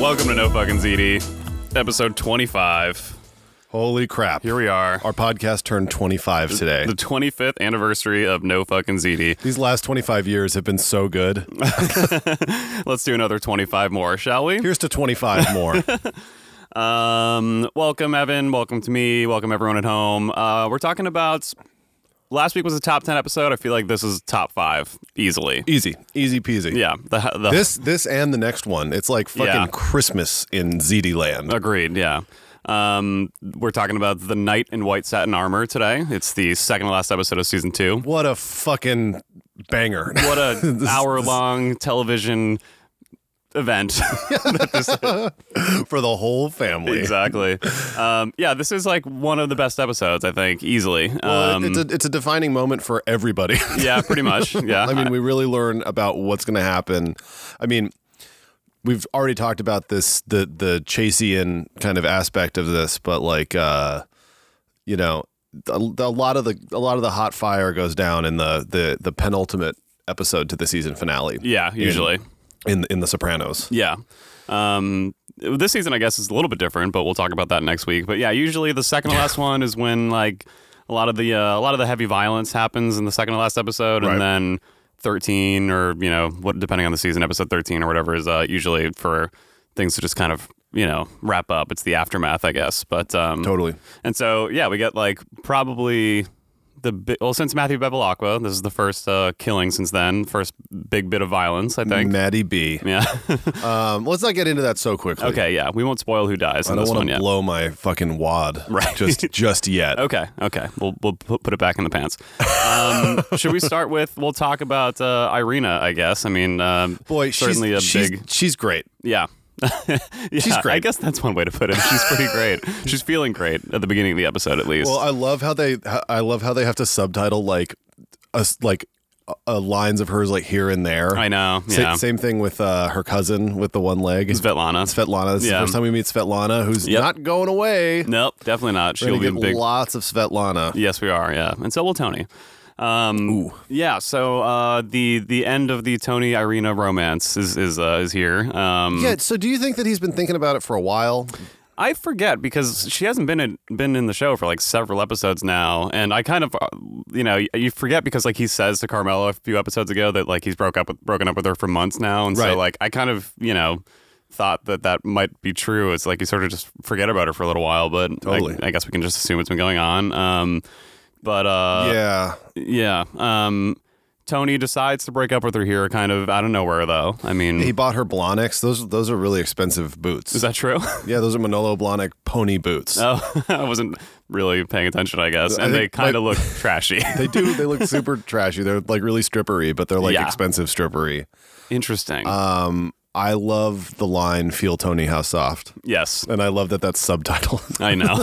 Welcome to No Fucking ZD, episode 25. Holy crap. Here we are. Our podcast turned 25 today. The 25th anniversary of No Fucking ZD. These last 25 years have been so good. Let's do another 25 more, shall we? Here's to 25 more. Um, welcome, Evan. Welcome to me. Welcome, everyone at home. Uh, we're talking about last week was a top 10 episode. I feel like this is top five easily. Easy, easy peasy. Yeah. The, the, This this and the next one. It's like fucking Yeah. Uh, Christmas in ZD land. Agreed. Yeah. Um, we're talking about the knight in white satin armor today. It's the second to last episode of season two. What a fucking banger. What a hour long television event. For the whole family. exactly. Um, yeah, this is like one of the best episodes, I think, easily. Well, Um, it's, a, it's a defining moment for everybody. yeah, pretty much. Yeah. I mean, we really learn about what's going to happen. I mean, we've already talked about this the the Chasean kind of aspect of this, but like uh you know, a, a lot of the a lot of the hot fire goes down in the the the penultimate episode to the season finale yeah, usually. in in the Sopranos. Yeah. Um, this season, I guess, is a little bit different, but we'll talk about that next week. But yeah, usually the second to last one is when like a lot of the uh, a lot of the heavy violence happens in the second to last episode, Right. and then thirteen or you know what, depending on the season, episode thirteen or whatever is uh, usually for things to just kind of you know wrap up. It's the aftermath, I guess. But um, Totally. And so, yeah, we get like probably the bi- well since Matthew Bevilacqua, this is the first uh, killing since then, first big bit of violence, I think. Maddie B. Yeah. Um, let's not get into that so quickly. okay. Yeah. We won't spoil who dies I in don't this one want to yet. blow my fucking wad Right. just just yet. Okay. Okay. We'll we'll pu- put it back in the pants. Um, should we start with? We'll talk about uh, Irina, I guess. I mean, um, Boy, certainly she's, a she's, big she's great. yeah. yeah. She's I great. guess that's one way to put it. She's pretty great. She's feeling great at the beginning of the episode, at least. Well, I love how they I love how they have to subtitle like us like uh, lines of hers like here and there. I know. Sa- Yeah. same thing with uh, her cousin with the one leg. Svetlana. Svetlana. This is Yeah. the first time we meet Svetlana, who's Yep. not going away. Nope, definitely not. We're She'll gonna be get a big lots of Svetlana. Yes, we are. Yeah, and so will Tony. Um, Yeah. So uh, the the end of the Tony Irina romance is is uh, is here. Um, Yeah. So, do you think that he's been thinking about it for a while? I forget because she hasn't been in, been in the show for like several episodes now, and I kind of uh, you know you forget because like he says to Carmelo a few episodes ago that like he's broke up with, broken up with her for months now, and so Right. like I kind of you know thought that that might be true. It's like you sort of just forget about her for a little while, but I- Totally. I, guess we can just assume it's been going on. Um, but uh, yeah. yeah. Um, Tony decides to break up with her here, kind of out of nowhere, though. I mean, He bought her Blonics. Those those are really expensive is boots. that true? Yeah, those are Manolo Blahnik pony boots. oh, I wasn't really paying attention, I guess. And they think my- kind of look trashy. They do. They look super trashy. They're like really strippery, but they're like Yeah. expensive strippery. Interesting. Um, I love the line "Feel Tony how soft," yes, and I love that that's subtitled. I know.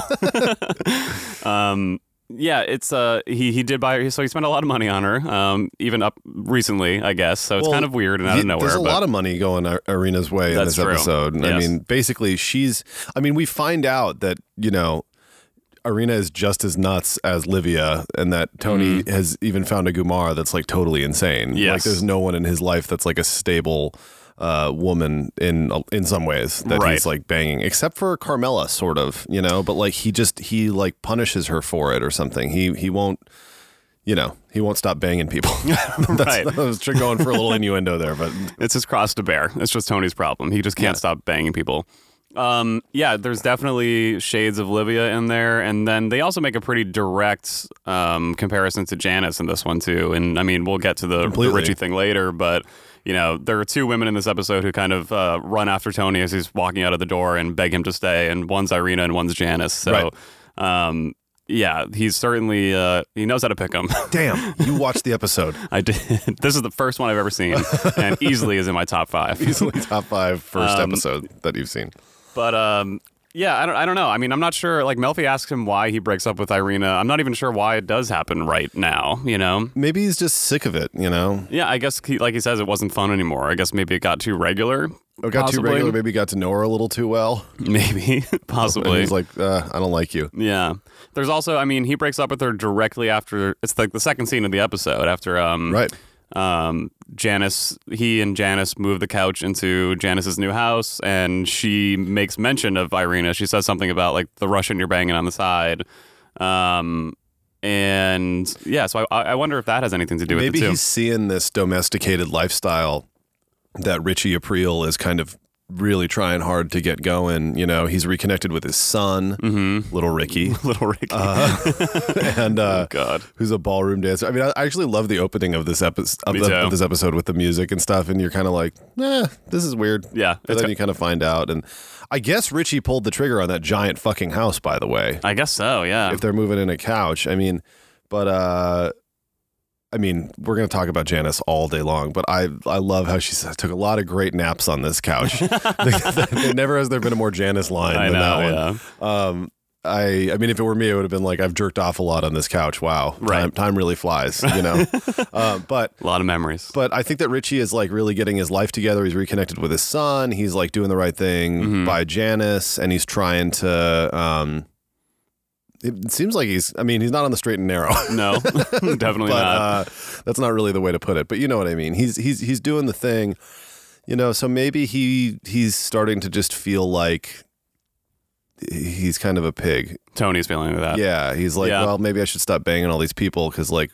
um, yeah, it's uh, he he did buy her, so he spent a lot of money on her, um, even up recently, I guess. So it's Well, kind of weird and out of Y- nowhere. There's a but- lot of money going Ar- Arena's way in That's this true. episode. I Yes. mean, basically, she's. I mean, we find out that you know. Arena is just as nuts as Livia, and that Tony has even found a Gumar that's like totally insane. Mm-hmm. Yes. Like, there's no one in his life that's like a stable uh, woman in in some ways that Right. he's like banging, except for Carmela, sort of, you know. But like he just he like punishes her for it or something. He he won't you know, he won't stop banging people. That's, Right. I was tr- going for a little innuendo there, but It's his cross to bear. It's just Tony's problem. He just can't stop banging people. Um, yeah, there's definitely shades of Livia in there, and then they also make a pretty direct um, comparison to Janice in this one too. And I mean, we'll get to the, the Completely. Richie thing later, but you know, there are two women in this episode who kind of uh, run after Tony as he's walking out of the door and beg him to stay. And one's Irina and one's Janice. So, um, yeah, he's certainly uh, he knows how to pick them. damn, you watched the episode. I did. This is the first one I've ever seen, and easily is in my top five. Easily top five first Um, episode that you've seen. But um, yeah, I don't, I don't know. I mean, I'm not sure. Like, Melfi asks him why he breaks up with Irina. I'm not even sure why it does happen right now, you know? Maybe he's just sick of it, you know? Yeah, I guess, he, like he says, it wasn't fun anymore. I guess maybe it got too regular. Or got possibly. too regular, maybe got to know her a little too well. Maybe, And possibly. he's like, uh, I don't like you. yeah. There's also, I mean, he breaks up with her directly after, it's like the second scene of the episode after um, Right. um, Janice, he and Janice move the couch into Janice's new house, and she makes mention of Irina. She says something about like the Russian you're banging on the side. Um, and yeah, so I, I wonder if that has anything to do Maybe with it too. he's seeing this domesticated lifestyle that Richie April is kind of really trying hard to get going. You know, he's reconnected with his son, little Ricky, Mm-hmm. uh, Little Ricky. Oh, and uh, God. who's a ballroom dancer. I mean, I I actually love the opening of this episode of, Me the- too. of this episode with the music and stuff, and you're kind of like, eh, this is weird. Yeah, but it's then ki- you kind of find out, and I guess Richie pulled the trigger on that giant fucking house. By the way, I guess so. Yeah. if they're moving in a couch. I mean, but uh I mean, we're gonna talk about Janice all day long, but I I love how she said, took a lot of great naps on this couch. There never has there been a more Janice line I than that one. know. Um, I I mean, if it were me, it would have been like I've jerked off a lot on this couch. Wow, Right. time, time really flies, you know. um, but Yeah. A lot of memories. but I think that Richie is like really getting his life together. He's reconnected with his son. He's like doing the right thing Mm-hmm. by Janice, and he's trying to. Um, it seems like he's. I mean, he's not on the straight and narrow, no, definitely but not. uh, that's not really the way to put it. But you know what I mean. He's he's he's doing the thing, you know. So maybe he he's starting to just feel like he's kind of a pig. Tony's feeling that. Yeah, he's like, Uh, Yeah. well, maybe I should stop banging all these people because like.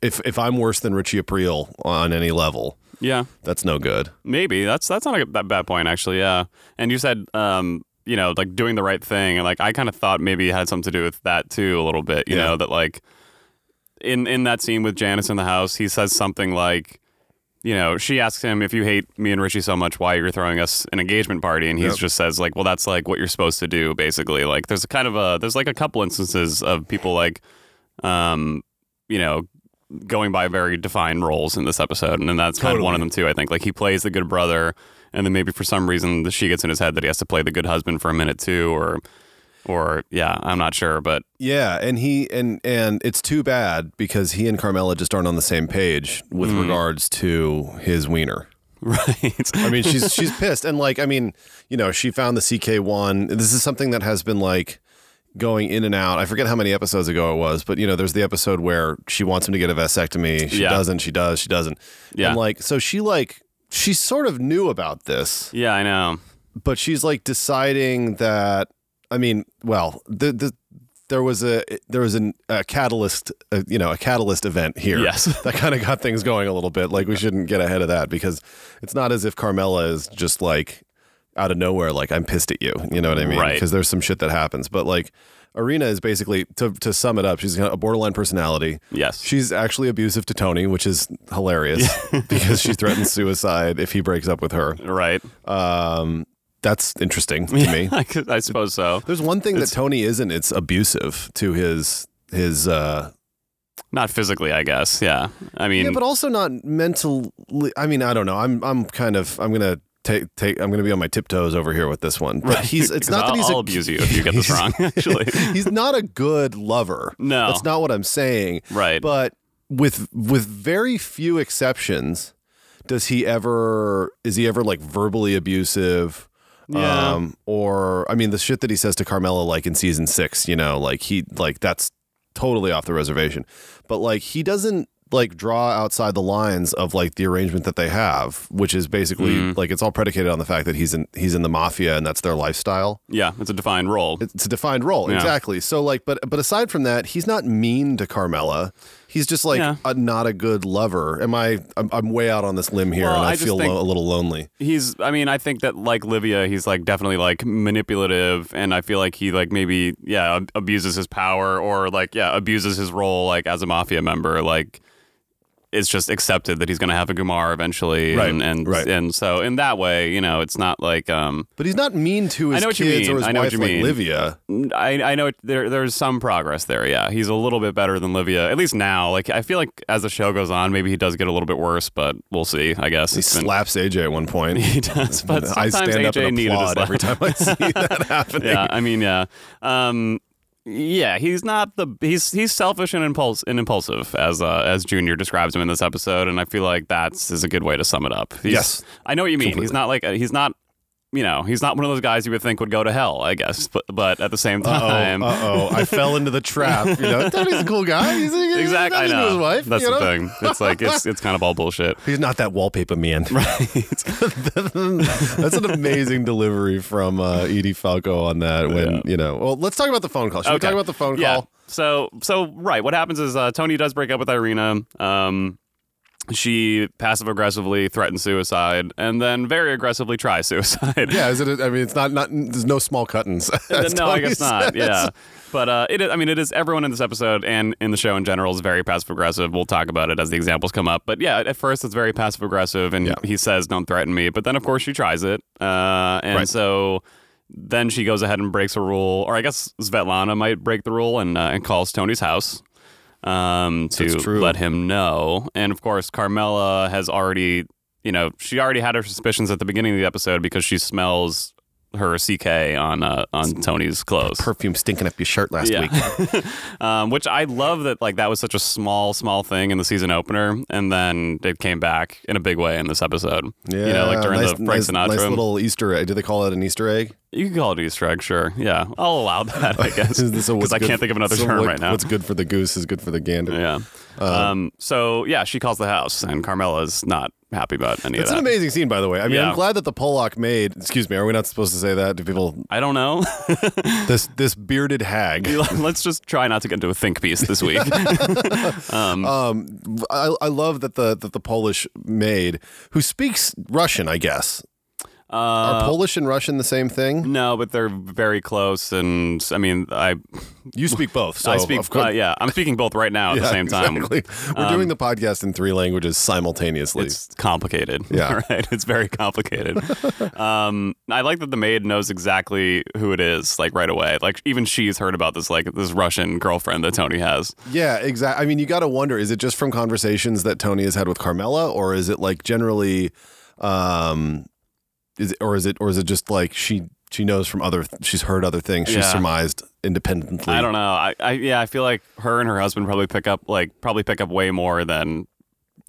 If, if I'm worse than Richie April on any level, yeah. that's no good. Maybe that's that's not a that bad point actually. Yeah, and you said um, you know like doing the right thing, and like I kind of thought maybe it had something to do with that too a little bit. You Yeah. know that like in in that scene with Janice in the house, he says something like. You know, she asks him if you hate me and Richie so much, why you're throwing us an engagement party, and he Yep. just says like, "Well, that's like what you're supposed to do, basically." Like, there's a kind of a there's like a couple instances of people like, um, you know, going by very defined roles in this episode, and then that's kind of one of them too. I think like he plays the good brother, and then maybe for some reason the- she gets in his head that he has to play the good husband for a minute too, or or yeah, I'm not sure, but Yeah, and he and and it's too bad because he and Carmela just aren't on the same page with Mm-hmm. regards to his wiener. right, I mean, she's she's pissed, and like, I mean, you know, she found the CK one. This is something that has been like going in and out. I forget how many episodes ago it was, but you know, there's the episode where she wants him to get a vasectomy. She Yeah. doesn't. She does. She doesn't. Yeah. And like, so she like she sort of knew about this. yeah, I know, but she's like deciding that I mean, well, the the there was a there was an, a catalyst, uh you know, a catalyst event here. Yes. that kind of got things going a little bit. Like we shouldn't get ahead of that because it's not as if Carmela is just like out of nowhere, like I'm pissed at you. You know what I mean? Right. Because there's some shit that happens, but like. Arena is basically to, to sum it up. She's got a borderline personality. yes, She's actually abusive to Tony, which is hilarious because she threatens suicide if he breaks up with her. right, Um, that's interesting to me. I, could- I suppose so. There's one thing that Tony isn't. It's abusive to his his. Uh, Not physically, I guess. Yeah, I mean, yeah, but also not mentally. I mean, I don't know. I'm I'm kind of I'm gonna take take. I'm gonna be on my tiptoes over here with this one. But he's. It's 'cause not I'll, that he's. I'll a- abuse you if you get this he's- wrong. Actually, he's not a good lover. No. that's not what I'm saying. Right. But with with very few exceptions, does he ever is he ever like verbally abusive? Yeah. Um, or I mean, the shit that he says to Carmela, like in season six, you know, like he like that's totally off the reservation. But like he doesn't like draw outside the lines of like the arrangement that they have, which is basically Mm-hmm. like it's all predicated on the fact that he's in he's in the mafia and that's their lifestyle yeah, it's a defined role. it's a defined role Yeah. exactly so like but but aside from that he's not mean to carmela he's just like Yeah. a, not a good lover am i I'm, I'm way out on this limb here Well, and i, I just feel think- lo- a little lonely he's i mean i think that like livia he's like definitely like manipulative and i feel like he like maybe yeah ab- abuses his power or like yeah abuses his role like as a mafia member like it's just accepted that he's going to have a Gumar eventually Right, and and, right. and so in that way you know it's not like um but he's not mean to his know what you kids mean. or his I know what wife you like mean. livia I, I know it, there there's some progress there. Yeah, he's a little bit better than Livia, at least now. Like I feel like as the show goes on, maybe he does get a little bit worse, but we'll see. I guess he It's been- slaps aj at one point he does, but i sometimes stand up AJ and needed his applaud every time i see that happening yeah, I mean, yeah, um, yeah. He's not the he's he's selfish and impulse and impulsive as uh, as Junior describes him in this episode, and I feel like that's is a good way to sum it up. He's, Yes. I know what you mean. He's Completely. not like a, he's not you know, he's not one of those guys you would think would go to hell, I guess. But but at the same time, Uh oh, I fell into the trap. You know, Tony's a cool guy. He's, he's exactly. I nothing to know. his wife. That's you the know? thing. It's like it's it's kind of all bullshit. He's not that wallpaper man. That's an amazing delivery from uh, Edie Falco on that. When you know, well, let's talk about the phone call. Should we Okay. talk about the phone call? Yeah. So so right, what happens is uh, Tony does break up with Irina. Um, she passive aggressively threatens suicide and then very aggressively tries suicide. Yeah, is it? I mean, it's not. Not there's no small cuttings. as no, I Tony guess not. says. Yeah. But uh, it is, I mean, it is everyone in this episode and in the show in general is very passive aggressive. We'll talk about it as the examples come up. But yeah, at first it's very passive aggressive, and Yeah. he says, "Don't threaten me." But then, of course, she tries it, uh, and Right. so then she goes ahead and breaks a rule, or I guess Svetlana might break the rule and uh, and calls Tony's house um, to That's true. let him know. And of course, Carmela has already, you know, she already had her suspicions at the beginning of the episode because she smells her CK on uh, on Tony's clothes. Perfume stinking up your shirt last week. um, which I love that like that was such a small, small thing in the season opener, and then it came back in a big way in this episode. Yeah, you know, like during nice, the Frank nice, Sinatra. nice little Easter egg. Do they call it an Easter egg? you can call it Easter egg, sure. Yeah, I'll allow that. I guess So what's because I good- can't think of another so term what- right now. What's good for the goose is good for the gander. Yeah. Uh, Um, so yeah, she calls the house, and Carmela's not happy about any It's of an that. amazing scene, by the way. I mean, Yeah. I'm glad that the Pollock made. Excuse me, are we not supposed to say that to people? I don't know. This this bearded hag. Let's just try not to get into a think piece this week. Uh, Um, I, I love that the that the Polish maid who speaks Russian. I guess Uh, are Polish and Russian the same thing? no, but they're very close, and I mean, I You speak both. So I speak. Of course, uh, yeah, I'm speaking both right now at the Yeah, same time. Um, exactly. We're doing the podcast in three languages simultaneously. It's complicated. Yeah. All right. It's very complicated. um, I like that the maid knows exactly who it is, like right away. Like even she's heard about this, like this Russian girlfriend that Tony has. Yeah, exactly. I mean, you got to wonder is it just from conversations that Tony has had with Carmela or is it like generally um is it, or is it or is it just like she she knows from other she's heard other things she's Yeah. surmised independently. I don't know. I, I yeah, I feel like her and her husband probably pick up like probably pick up way more than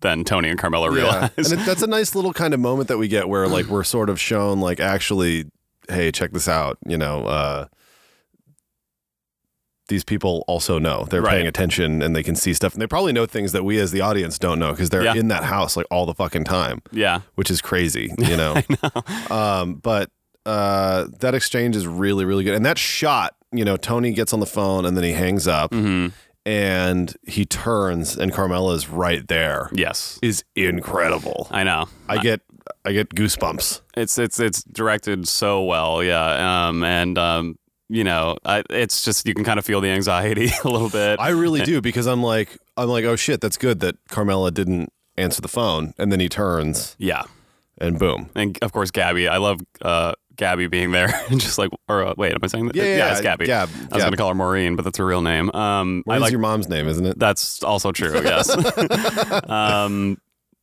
than Tony and Carmela Yeah. realize. And it, that's a nice little kind of moment that we get where like we're sort of shown like actually hey, check this out, you know, uh these people also know they're Right. paying attention and they can see stuff and they probably know things that we as the audience don't know because they're Yeah. in that house like all the fucking time. yeah. which is crazy, you know. Um, but uh, that exchange is really, really good. And that shot, you know, Tony gets on the phone and then he hangs up hmm and he turns and Carmela's right there Yes. is incredible. I know. I get I get goosebumps. It's it's it's directed so well, yeah. Um and um you know, I, it's just you can kind of feel the anxiety a little bit. I really do because I'm like I'm like, oh shit, that's good that Carmela didn't answer the phone. And then he turns yeah. and boom. And of course Gabby. I love uh Gabby being there and just like or uh, wait, am I saying that? Yeah, yeah, it's Gabby. Gab, I was Gab. going to call her Maureen, but that's her real name. Um I Maureen's like your mom's name, isn't it? That's also true. Yes. um,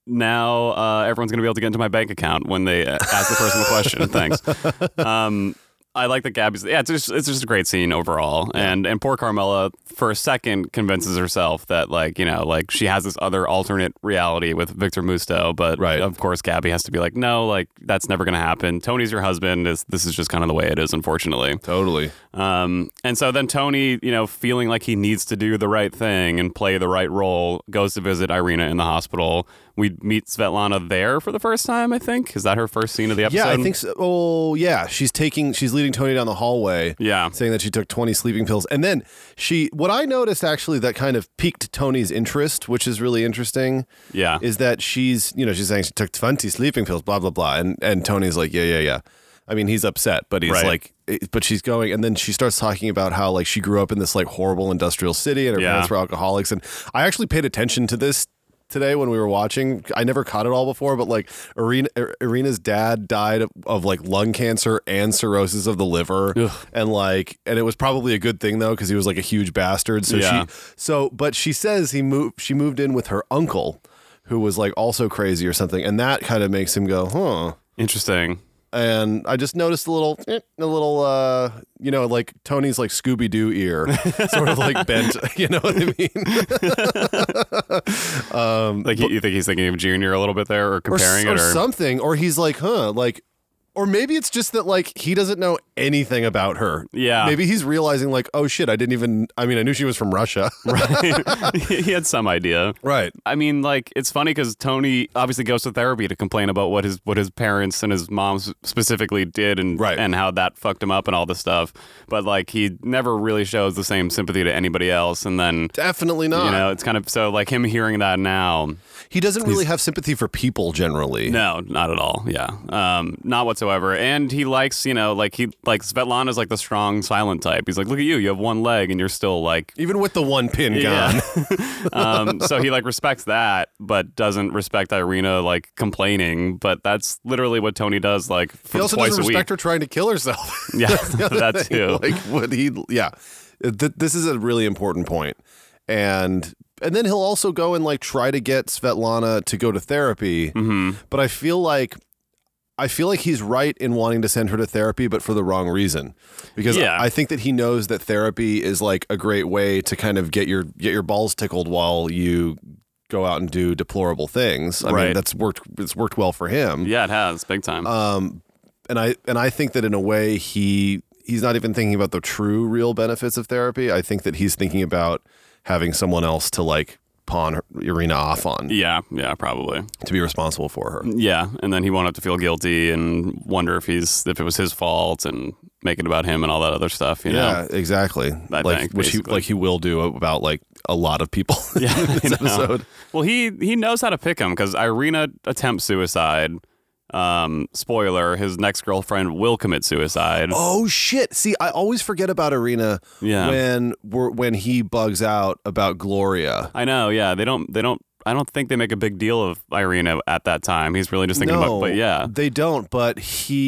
now uh, everyone's going to be able to get into my bank account when they uh, ask the person the question. Thanks. Um, I like that Gabby's. Yeah, it's just it's just a great scene overall, and and poor Carmela for a second convinces herself that like you know like she has this other alternate reality with Victor Musto, but Right. of course Gabby has to be like no like that's never going to happen. Tony's your husband. Is this is just kind of the way it is, unfortunately. Totally. Um, and so then Tony, you know, feeling like he needs to do the right thing and play the right role, goes to visit Irina in the hospital. We meet Svetlana there for the first time, I think. Is that her first scene of the episode? Yeah, I think so. Oh, yeah. She's taking, she's leading Tony down the hallway. Yeah. saying that she took 20 sleeping pills. And then she, what I noticed actually that kind of piqued Tony's interest, which is really interesting, Yeah. is that she's, you know, she's saying she took 20 sleeping pills, blah, blah, blah. And, and Tony's like, yeah, yeah, yeah. I mean, he's upset, but he's Right. like, it- but she's going. And then she starts talking about how, like, she grew up in this, like, horrible industrial city and her Yeah. parents were alcoholics. And I actually paid attention to this today when we were watching. I never caught it all before, but, like, Irina, Ir- Irina's dad died of, of, like, lung cancer and cirrhosis of the liver. And, like, and it was probably a good thing, though, because he was, like, a huge bastard. So Yeah. she, so, but she says he moved, she moved in with her uncle. Who was like also crazy or something, and that kind of makes him go, huh? Interesting. and I just noticed a little, eh, a little, uh, you know, like Tony's like Scooby Doo ear, sort of like bent. You know what I mean? Like, you- you think he's thinking of Junior a little bit there or Or, comparing it? or Or, something. Or he's like, huh, like Or maybe it's just that like he doesn't know anything about her. Yeah. Maybe he's realizing like, oh shit, I didn't even. I mean, I knew she was from Russia. he had some idea. right. I mean, like it's funny because Tony obviously goes to therapy to complain about what his what his parents and his mom s- specifically did and Right. and how that fucked him up and all this stuff. But like he never really shows the same sympathy to anybody else. And then Definitely not. you know it's kind of so like him hearing that now. he doesn't really have sympathy for people generally. No, not at all. Yeah, um, not whatsoever. And he likes you know like he like Svetlana's like the strong silent type. He's like, look at you, you have one leg and you're still like Even with the one pin gun. Yeah. um, so he like respects that, but doesn't respect Irina like complaining. But that's literally what Tony does like for He also twice doesn't a week. respect her trying to kill herself. Yeah, the other that thing, too. Like what he, yeah. Th- this is a really important point, and and then he'll also go and like try to get Svetlana to go to therapy. Hmm. Mm-hmm. But I feel like. I feel like he's right in wanting to send her to therapy, but for the wrong reason, because Yeah. I think that he knows that therapy is like a great way to kind of get your get your balls tickled while you go out and do deplorable things. I mean, Right. that's worked. It's worked well for him yeah, it has big time. um, and I and I think that in a way he he's not even thinking about the true real benefits of therapy. I think that he's thinking about having someone else to like pawn her, Irina off on yeah, yeah, probably. to be responsible for her. Yeah, and then he won't have to feel guilty and wonder if he's if it was his fault and make it about him and all that other stuff. You know? Yeah, exactly. I like think, which he basically. like he will do about like a lot of people. Yeah, in this I know. episode. Well, he he knows how to pick him because Irina attempts suicide. Um, spoiler: his next girlfriend will commit suicide. Oh shit! See, I always forget about Irina Yeah. when we're, when he bugs out about Gloria. I know. Yeah, they don't. They don't. I don't think they make a big deal of Irina at that time. He's really just thinking about. But yeah, they don't. But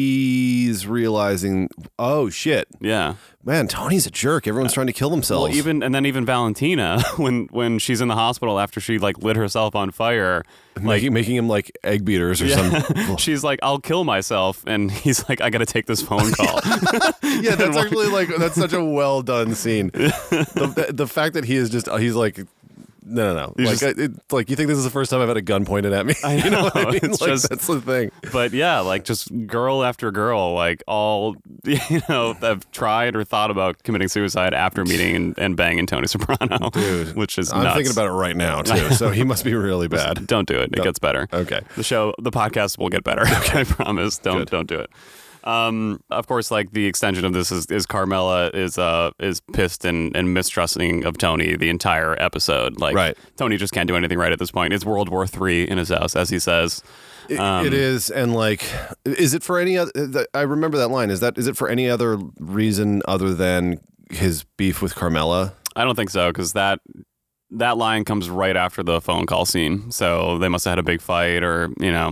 he's realizing, oh shit, yeah. Man, Tony's a jerk. Everyone's trying to kill themselves. Well, even and then even Valentina when when she's in the hospital after she like lit herself on fire, like. making, making him like egg beaters or something. She's like, I'll kill myself, and he's like, I gotta take this phone call. yeah, that's actually like that's such a well done scene. the, the, the fact that he is just uh, he's like, no, no, no. like just- I- it's like you think this is the first time I've had a gun pointed at me. I know. you know what I know, mean? it's Like, just- that's the thing. but yeah, like just girl after girl, like all you know, have tried or thought about committing suicide after meeting and, and banging Tony Soprano, Dude, which is I'm nuts. thinking about it right now too. So he must be really bad. Don't do it; it gets better. Okay. the show the podcast will get better i promise don't don't do it um, of course like the extension of this is, is carmela is uh is pissed and, and mistrusting of tony the entire episode like Right. tony just can't do anything right at this point it's world war three in his house as he says It- it is, and like, Um, is it for any other? I remember that line. Is that is it for any other reason other than his beef with Carmela? i don't think so because that that line comes right after the phone call scene so they must have had a big fight or you know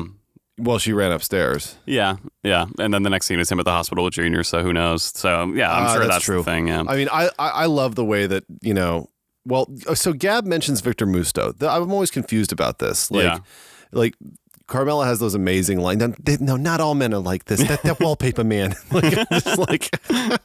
Well, she ran upstairs. yeah yeah and then the next scene is him at the hospital with junior so who knows so yeah i'm Ah, sure that's that's, true. the thing yeah I mean, I, I I love the way that you know. Well, uh, so Gab mentions Victor Musto. The- I'm always confused about this. Like, Yeah. like Carmela has those amazing lines. No, they- no, not all men are like this. That, that wallpaper man. like, it's like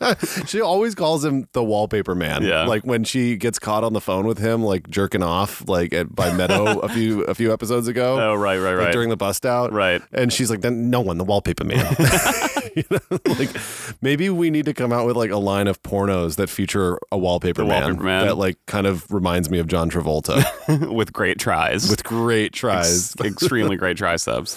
she always calls him the wallpaper man. Yeah. Like when she gets caught on the phone with him, like jerking off, like at, by Meadow a few a few episodes ago. oh right right Like right during the bust out. Right. And she's like, then no one, the wallpaper man. You know, like maybe we need to come out with like a line of pornos that feature a wallpaper, The man, wallpaper man. that like kind of reminds me of John Travolta with great tries with great tries. extremely great triceps.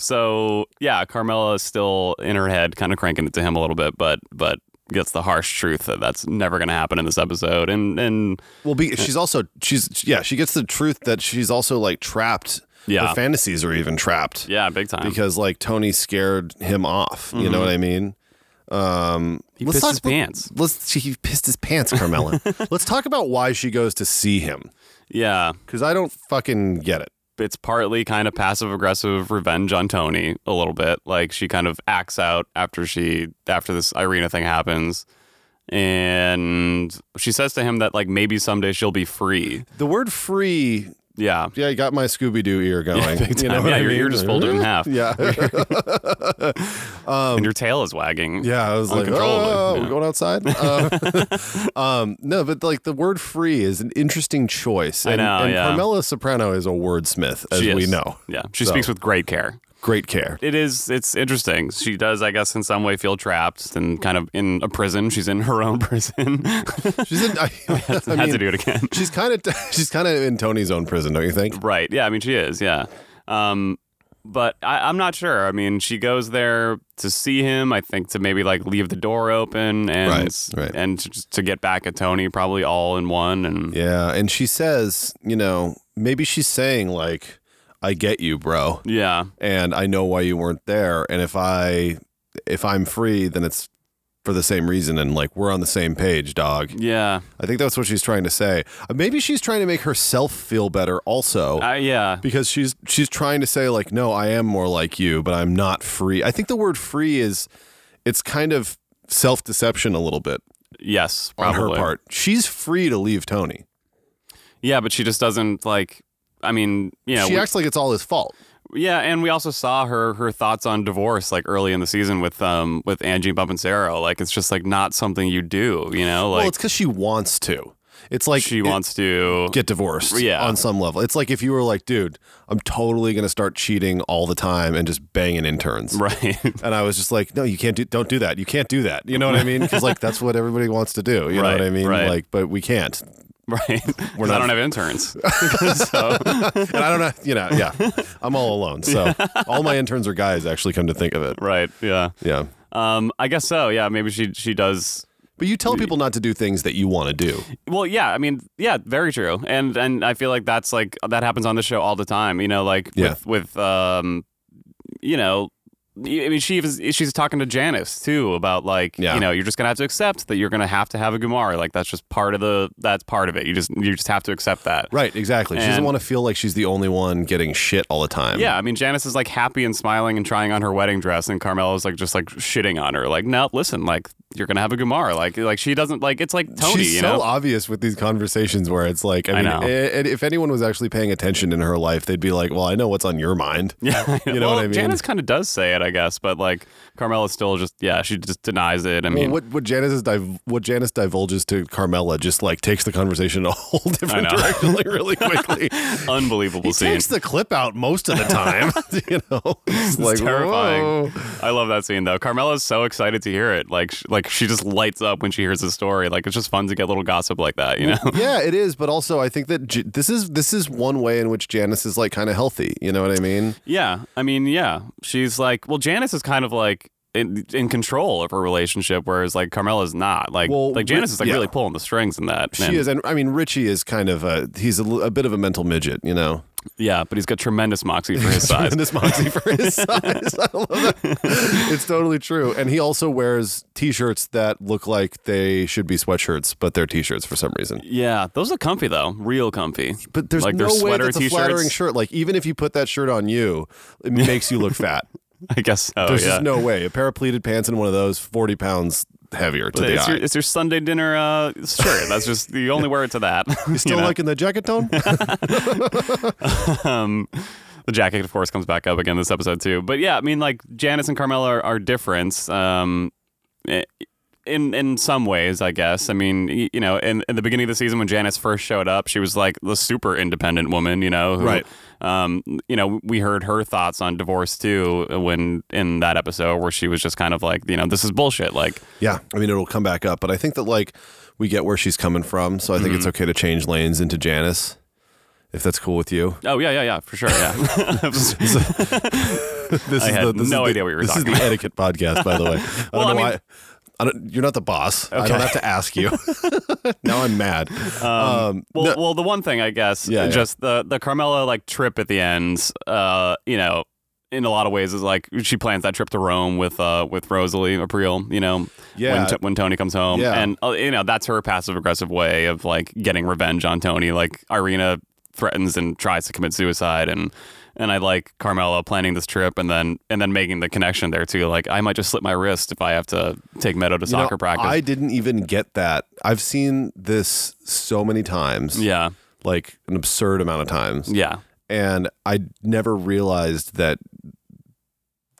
So yeah, Carmela is still in her head, kind of cranking it to him a little bit, but but gets the harsh truth that that's never going to happen in this episode. And and Well, be, she's also she's yeah she gets the truth that she's also like trapped. Yeah. her fantasies are even trapped yeah, Mm-hmm. big time. because like Tony scared him off. You know what I mean? Um, he let's pissed talk his about- pants. Let's she he pissed his pants, Carmela. let's talk about why she goes to see him Yeah, because I don't fucking get it. it's partly kind of passive aggressive revenge on Tony a little bit. Like she kind of acts out after she after this Irina thing happens. And she says to him that like maybe someday she'll be free. The word free, Yeah. yeah, I got my Scooby Doo ear going. Big time. what yeah, I your mean? ear just folded in half. Yeah. Um, and your tail is wagging. Yeah. I was like, Uncontrollably, oh, yeah. we're going outside. Uh, um, no, but like the word free is an interesting choice. I And, know, and yeah. Carmela Soprano is a wordsmith, as She we is. know. Yeah, she So- speaks with great care. great care. it is it's interesting she does i guess in some way feel trapped and kind of in a prison she's in her own prison She's in. I, had I to mean, do it again she's kind of she's kind of in Tony's own prison, don't you think? right yeah i mean she is yeah um but I, i'm not sure i mean she goes there to see him i think to maybe like leave the door open and Right, right. and to, just- to get back at tony probably all in one and Yeah, and she says, you know, maybe she's saying like, "I get you, bro." yeah and I know why you weren't there. And if I if I'm free, then it's for the same reason, and like we're on the same page, dog. yeah I think that's what she's trying to say. Uh, Maybe she's trying to make herself feel better, also, I- yeah because she's she's trying to say like, no, I am more like you, but I'm not free. I think the word free is it's kind of self deception a little bit yes on probably her part. She's free to leave Tony. yeah but she just doesn't like i mean you know she we- acts like it's all his fault. Yeah, and we also saw her her thoughts on divorce like early in the season with um with Angie Bumpensero. Like it's just like not something you do, you know? Like well, it's because she wants to. It's like she it- wants to get divorced Yeah. on some level. It's like if you were like, dude, I'm totally going to start cheating all the time and just banging interns. right. And I was just like, no, you can't do, don't do that. You can't do that. You know what I mean? Because like, that's what everybody wants to do. You know Right, what I mean? right. Like, but we can't. Right. 'Cause I not- don't have interns. so And I don't know, you know, yeah, I'm all alone. So all my interns are guys actually come to think of it. right, yeah. Yeah. Um I guess so. Yeah, maybe she she does But you tell people not to do things that you want to do. Well, yeah, I mean, yeah, very true. And and I feel like that's like that happens on the show all the time, you know, like Yeah. with with um you know, I mean, she was, she's talking to Janice too about like, Yeah. you know, you're just gonna have to accept that you're gonna have to have a Gumari. Like that's just part of the that's part of it. You just you just have to accept that. Right. Exactly. she doesn't And- want to feel like she's the only one getting shit all the time. Yeah, I mean, Janice is like happy and smiling and trying on her wedding dress, and Carmela's like just like shitting on her. Like, no, listen, like you're gonna have a Gumar. Like, like she doesn't like it's like Tony, She's you so know? obvious with these conversations where it's like, I, I mean, know. i- i- if anyone was actually paying attention in her life, they'd be like, well, I know what's on your mind. Yeah, You know well, what I mean? Janice kind of does say it, I guess, but like Carmela still just yeah, she just denies it. I Well, mean, what what Janice is div- what Janice divulges to Carmela just like takes the conversation in a whole different know. direction like really quickly. unbelievable he scene. takes the clip out most of the time, you know. It's like terrifying. whoa. I love that scene though. Carmela's so excited to hear it. Like sh- like she just lights up when she hears the story. Like it's just fun to get little gossip like that, you know? yeah, it is, but also I think that J- this is this is one way in which Janice is like kind of healthy. You know what I mean? yeah. I mean, yeah. She's like, well, Janice is kind of like in, in control of her relationship, whereas like Carmela's not. Like Well, like Janice Ri- is like yeah. really pulling the strings in that. She And- is, and I mean Richie is kind of a he's a, l- a bit of a mental midget. You know, Yeah, but he's got tremendous moxie for his size. Tremendous moxie for his size. I love that. It's totally true. And he also wears t-shirts that look like they should be sweatshirts, but they're t-shirts for some reason. Yeah, those are comfy though, real comfy. But there's Like no their way sweater that's a t-shirts? flattering shirt. Like even if you put that shirt on you, it makes you look fat. I guess so. There's Oh, yeah. just no way. A pair of pleated pants and one of those, forty pounds heavier to the it's, your, eye. it's your Sunday dinner uh, shirt. That's just you only wear it to that. You Still know? liking the jacket tone? um, the jacket, of course, comes back up again this episode too. But yeah, I mean, like Janice and Carmela are, are different. Um, i- in in some ways, I guess. I mean, y- you know, in, in the beginning of the season when Janice first showed up, she was like the super independent woman, you know, who, Right. Um, you know, we heard her thoughts on divorce too when in that episode where she was just kind of like, you know, this is bullshit. Like, Yeah, I mean it'll come back up, but I think that like we get where she's coming from, so I think Mm-hmm. it's okay to change lanes into Janice, if that's cool with you. oh yeah, yeah, yeah, for sure, yeah. This I had this no the- idea what you were this talking is the etiquette podcast, by the way. I don't Well, know I mean- why. I don't, you're not the boss. I don't Okay. have to ask you. now I'm mad. Um, Well, no- well, the one thing I guess, Yeah, yeah. just the the Carmela like trip at the end, uh, you know, in a lot of ways is like she plans that trip to Rome with uh with Rosalie April, you know, Yeah. when, t- when Tony comes home, Yeah. and uh, you know that's her passive aggressive way of like getting revenge on Tony. Like Irina threatens and tries to commit suicide, and and I like Carmela planning this trip and then and then making the connection there too. Like I might just slip my wrist if I have to take Meadow to you know, soccer practice. I didn't even get that. I've seen this so many times, yeah, like an absurd amount of times. yeah, and I never realized that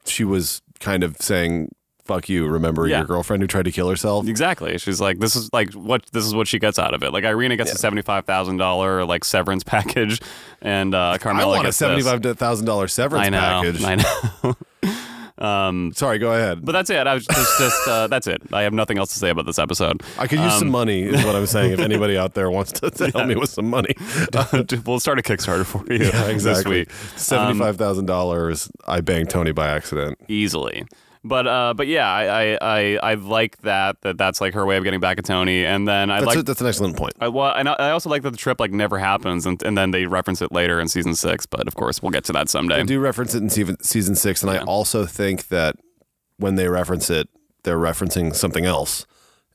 she was kind of saying fuck you, remember Yeah. your girlfriend who tried to kill herself? Exactly. She's like, this is like what this is what she gets out of it. Like Irina gets a seventy five thousand dollar like severance package, and uh, I Carmela want a gets This. seventy-five thousand dollars severance I know. package. I know. Sorry, go ahead. but that's it. I was just, just uh, that's it. I have nothing else to say about this episode. I could use some money, is what I'm saying. If anybody out there wants to, to help me with some money, we'll start a Kickstarter for you this week. Seventy-five thousand dollars. I banged Tony by accident. easily. But uh, but yeah, I, I I I like that that that's like her way of getting back at Tony, and then I That's like. a, that's an excellent point. I, well, and I- I also like that the trip like never happens, and, and then they reference it later in season six. But of course, we'll get to that someday. I do reference it in season, season six, and I also think that when they reference it, they're referencing something else.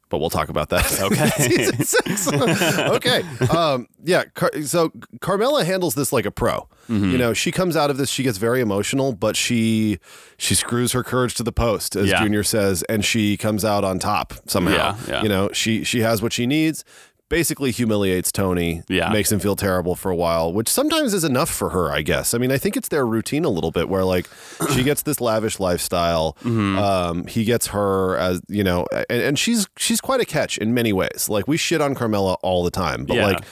But we'll talk about that. Okay. season six. okay. Um, yeah. Car- so Carmela handles this like a pro. Mm-hmm. You know, she comes out of this. She gets very emotional, but she she screws her courage to the post, as Yeah. Junior says, and she comes out on top somehow. Yeah, yeah. You know, she she has what she needs. Basically humiliates Tony, Yeah. makes him feel terrible for a while, which sometimes is enough for her, I guess. I mean, I think it's their routine a little bit where like she gets this lavish lifestyle. Um, he gets her as you know, and, and she's she's quite a catch in many ways. Like we shit on Carmela all the time, but Yeah. like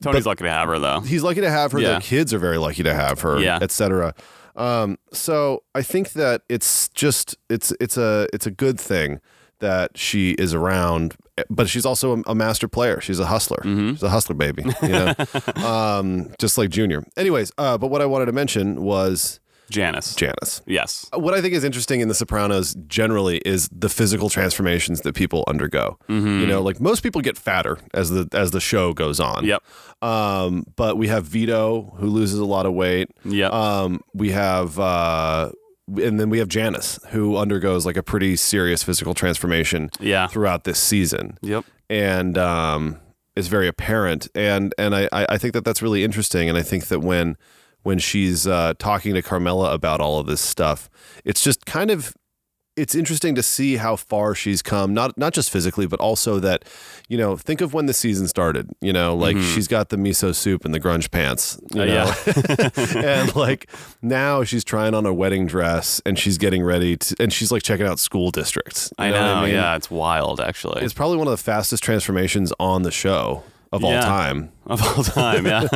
Tony's lucky to have her though. he's lucky to have her. Yeah. Their kids are very lucky to have her, Yeah. etc. Um, so I think that it's just it's it's a it's a good thing that she is around, but she's also a, a master player. She's a hustler. Mm-hmm. She's a hustler baby. You know, um, just like Junior. Anyways, uh, but what I wanted to mention was Janice. Janice. yes. What I think is interesting in The Sopranos generally is the physical transformations that people undergo. Uh, You Mm-hmm. know, like most people get fatter as the as the show goes on. Yep. Um, but we have Vito who loses a lot of weight. Yep. Um, we have uh, and then we have Janice who undergoes like a pretty serious physical transformation yeah. throughout this season Yep. and um, is very apparent. And and I, I I think that that's really interesting. And I think that when when she's uh, talking to Carmela about all of this stuff, it's just kind of it's interesting to see how far she's come. Not not just physically, but also that you know think of when the season started. You know, like she's got the miso soup and the grunge pants. You Mm-hmm. Uh, know? yeah. and like now she's trying on a wedding dress and she's getting ready to, and she's like checking out school districts. You I know. what mean? Yeah, it's wild actually. It's probably one of the fastest transformations on the show of all Yeah. time. of all time. Yeah,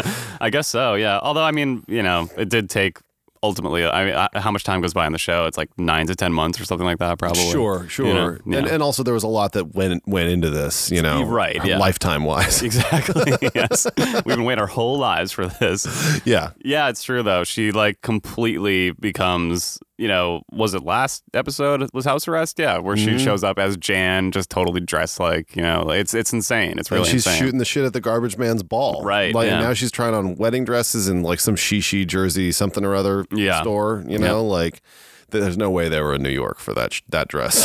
I guess so. Yeah. Although I mean, you know, it did take ultimately. I mean, I, how much time goes by on the show? It's like nine to ten months or something like that, probably. Sure, sure. You know, yeah. And, and also there was a lot that went went into this, you know, Right, yeah. lifetime wise. Exactly. yes. We've been waiting our whole lives for this. yeah. Yeah, it's true though. She like completely becomes, you know, was it last episode was house arrest? Yeah, where Mm-hmm. she shows up as Jan, just totally dressed like, you know, it's it's insane. It's really and she's insane. shooting the shit at the garbage man's ball. Right, Like and yeah. now she's trying on wedding dresses and like some shishi jersey, something or other Yeah. store, you know, like th- there's no way they were in New York for that sh- that dress.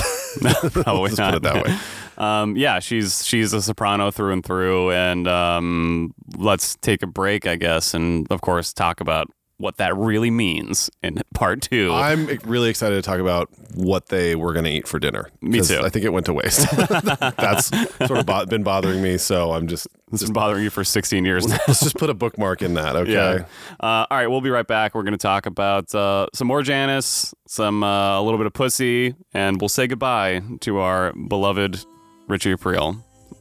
Probably Let's put it that way. Um, yeah, she's she's a soprano through and through, and um, let's take a break, I guess, and of course talk about what that really means in part two. I'm really excited to talk about what they were going to eat for dinner. Me 'cause too. I think it went to waste. That's sort of bo- been bothering me, so I'm just this has been bothering you for 16 years now. let's just put a bookmark in that. Okay. Yeah. Uh, all right, we'll be right back. We're going to talk about uh, some more Janice, some uh, a little bit of pussy, and we'll say goodbye to our beloved Richie April.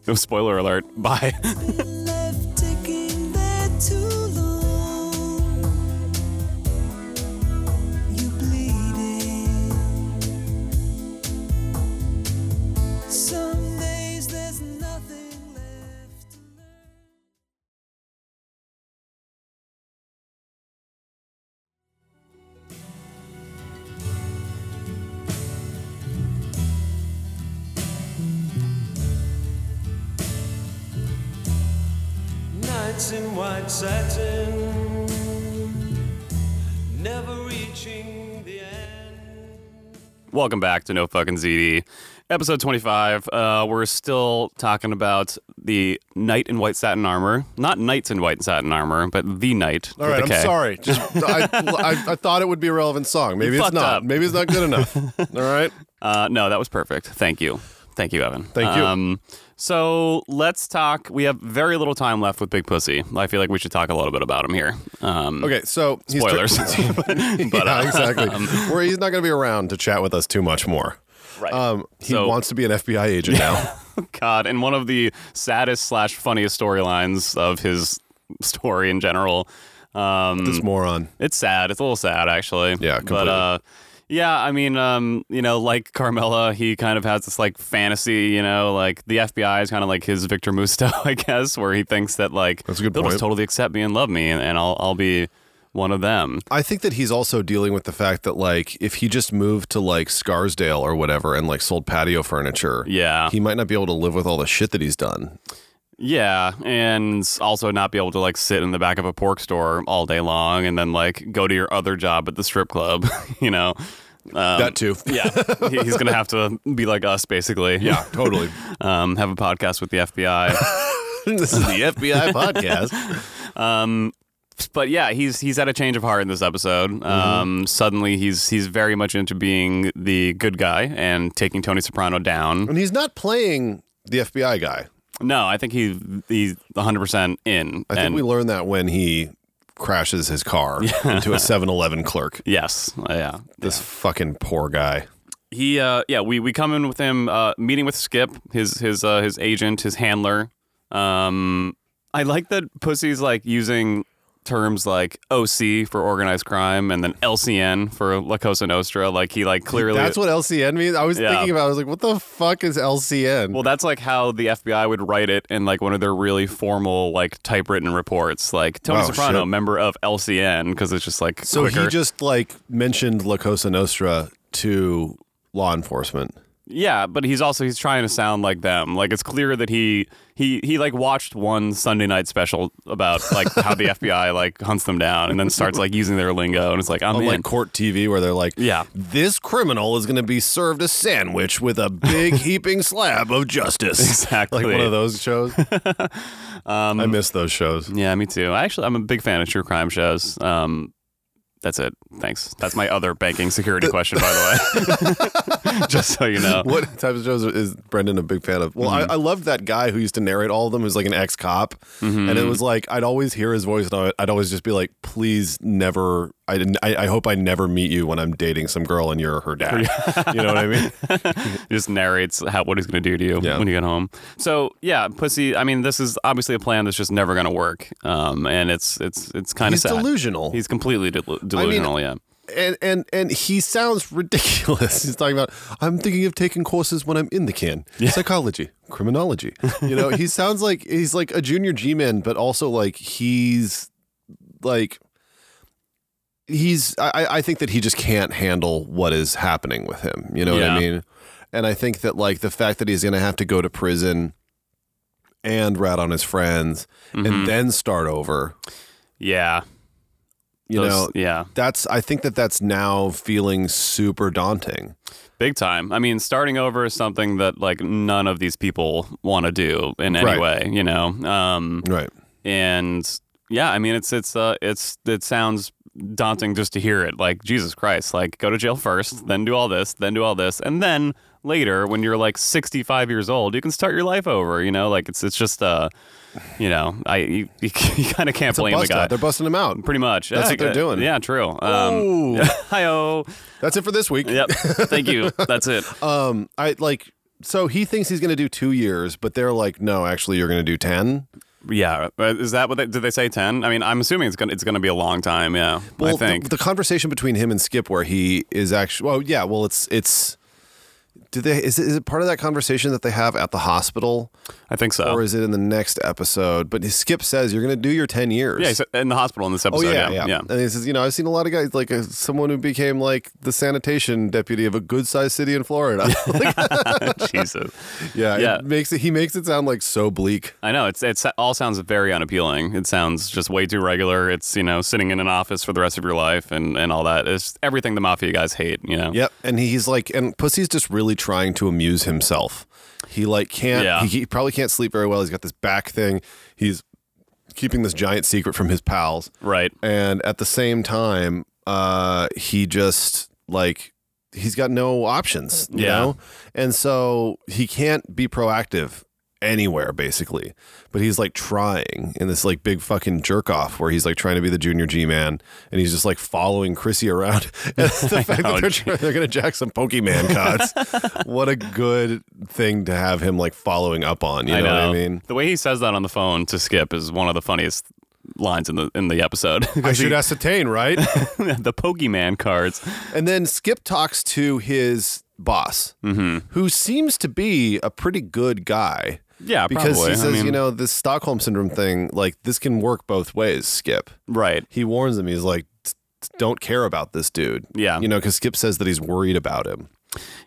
Oh, spoiler alert. Bye. left ticking there too long. You bleeding. Some days there's nothing left to learn. nights in white satin, never reaching the end. Welcome back to No Fucking ZD, episode 25. Uh, we're still talking about the knight in white satin armor. Not knights in white satin armor, but the knight. All right, with a I'm K. sorry. Just, I, I, I thought it would be a relevant song. Maybe it's fucked not. up. Maybe it's not good enough. All right. Uh, no, that was perfect. Thank you. Thank you, Evan. Thank you. Um, so let's talk. We have very little time left with Big Pussy. I feel like we should talk a little bit about him here. Um, Okay, so he's Spoilers. uh, um, yeah, exactly. Where he's not going to be around to chat with us too much more. Right. Um, he So- wants to be an FBI agent now. God, and one of the saddest slash funniest storylines of his story in general. Um, this moron. It's sad. It's a little sad, actually. Yeah, But completely. uh, yeah, I mean, um, you know, like Carmela, he kind of has this like fantasy, you know, like the FBI is kind of like his Victor Musto, I guess, where he thinks that like That's a good they'll just point. totally accept me and love me, and, and I'll I'll be one of them. I think that he's also dealing with the fact that like if he just moved to like Scarsdale or whatever and like sold patio furniture, Yeah, he might not be able to live with all the shit that he's done. yeah, and also not be able to like sit in the back of a pork store all day long, and then like go to your other job at the strip club, you know. Um, that too. yeah, he- he's gonna have to be like us, basically. Yeah, totally. um, have a podcast with the FBI. this is the FBI podcast. but yeah, he's he's had a change of heart in this episode. Mm-hmm. Um, suddenly, he's he's very much into being the good guy and taking Tony Soprano down. And he's not playing the FBI guy. No, I think he he's 100 percent in. I think and we learned that when he crashes his car into a 7-Eleven clerk. yes, uh, yeah. This fucking poor guy. He uh, yeah, we we come in with him uh, meeting with Skip, his his uh, his agent, his handler. Um, I like that Pussy's like using terms like OC for organized crime and then LCN for La Cosa Nostra. Like he like clearly That's what LCN means. I was Yeah. thinking about. it. I was like, what the fuck is LCN? Well, that's like how the FBI would write it in like one of their really formal, like typewritten reports, like Tony Wow, Soprano, shit. member of LCN, because it's just like so quicker. he just like mentioned La Cosa Nostra to law enforcement. yeah, but he's also he's trying to sound like them. Like it's clear that he he he like watched one Sunday night special about like how the FBI like hunts them down, and then starts like using their lingo, and it's like I'm on in. Oh, like court TV where they're like, Yeah. this criminal is going to be served a sandwich with a big heaping slab of justice. Exactly. Um, Like one of those shows. I miss those shows. yeah, me too. I actually I'm a big fan of true crime shows. Um, that's it. Thanks. That's my other banking security question, by the way. just so you know. What type of shows is Brendan a big fan of? Well, Mm-hmm. I, I loved that guy who used to narrate all of them, who's like an ex cop, Mm-hmm. and it was like I'd always hear his voice, and I- I'd always just be like, "Please, never. I didn't. I, I hope I never meet you when I'm dating some girl and you're her dad. you know what I mean? He just narrates how what he's going to do to you Yeah. when you get home. So yeah, pussy. I mean, this is obviously a plan that's just never going to work. Um, and it's it's it's kind of He's sad. delusional. He's completely del- delusional. yeah. and and and he sounds ridiculous. He's talking about I'm thinking of taking courses when I'm in the can. Psychology, criminology. You know, he sounds like he's like a junior G-man, but also like he's like he's I, I think that he just can't handle what is happening with him. You know what Yeah. I mean? And I think that like the fact that he's gonna have to go to prison and rat on his friends Mm-hmm. and then start over, Yeah. you Those- know. Yeah. That's I think that that's now feeling super daunting. Big time. I mean, starting over is something that like none of these people want to do in any Right. way. You know. Um, Right. and yeah, I mean, it's it's uh, it's it sounds daunting just to hear it. Like Jesus Christ, like go to jail first, then do all this, then do all this, and then later when you're like 65 years old, you can start your life over. You know, like it's it's just uh, you know, I you, you, kind of can't It's a blame the bust guy. out. They're busting him out. Pretty much, That's yeah, what they're doing. Yeah, true. Um, Ooh. hi That's it for this week. Yep. Thank you. That's it. Um, I like so he thinks he's going to do 2 years, but they're like no, actually you're going to do 10. Yeah. Uh, Is that what they, did they say? Ten? I mean, I'm assuming it's gonna it's gonna be a long time. Yeah. I Well, think. The, the conversation between him and Skip where he is actually well, yeah, well it's it's do they is it, is it part of that conversation that they have at the hospital I think so. or is it in the next episode? But Skip says you're going to do your 10 years. yeah, he's in the hospital in this Oh episode. yeah. yeah, yeah, yeah. And he says, you know, I've seen a lot of guys like uh, someone who became like the sanitation deputy of a good-sized city in Florida. Jesus. yeah, Yeah. it makes it. He makes it sound like so bleak. I know it's it's all sounds very unappealing. It sounds just way too regular. It's you know sitting in an office for the rest of your life and and all that. It's everything the mafia guys hate. You know. Yep. And he's like, and Pussy's just really trying to amuse himself. He like can't. Yeah. He, he probably can't sleep very well. He's got this back thing. He's keeping this giant secret from his pals, Right. and at the same time, uh, he just like he's got no options. You Yeah. know? And so he can't be proactive anywhere basically. But he's like trying in this like big fucking jerk off where he's like trying to be the junior G man and he's just like following Chrissy around. And the fact know, that they're, gee. trying, they're gonna jack some Pokemon cots. what a good thing to have him like following up on. You know, what I mean? The way he says that on the phone to Skip is one of the funniest lines in the in the episode. I should ascertain, right? the Pokemon cards. And then Skip talks to his boss, Mm-hmm. who seems to be a pretty good guy. Yeah, because Uh, probably. he I says, you mean- know, this Stockholm syndrome thing, like this can work both ways. Skip. Right. He warns him. He's like, "T- t- don't care about this dude. Yeah. you know, because Skip says that he's worried about him.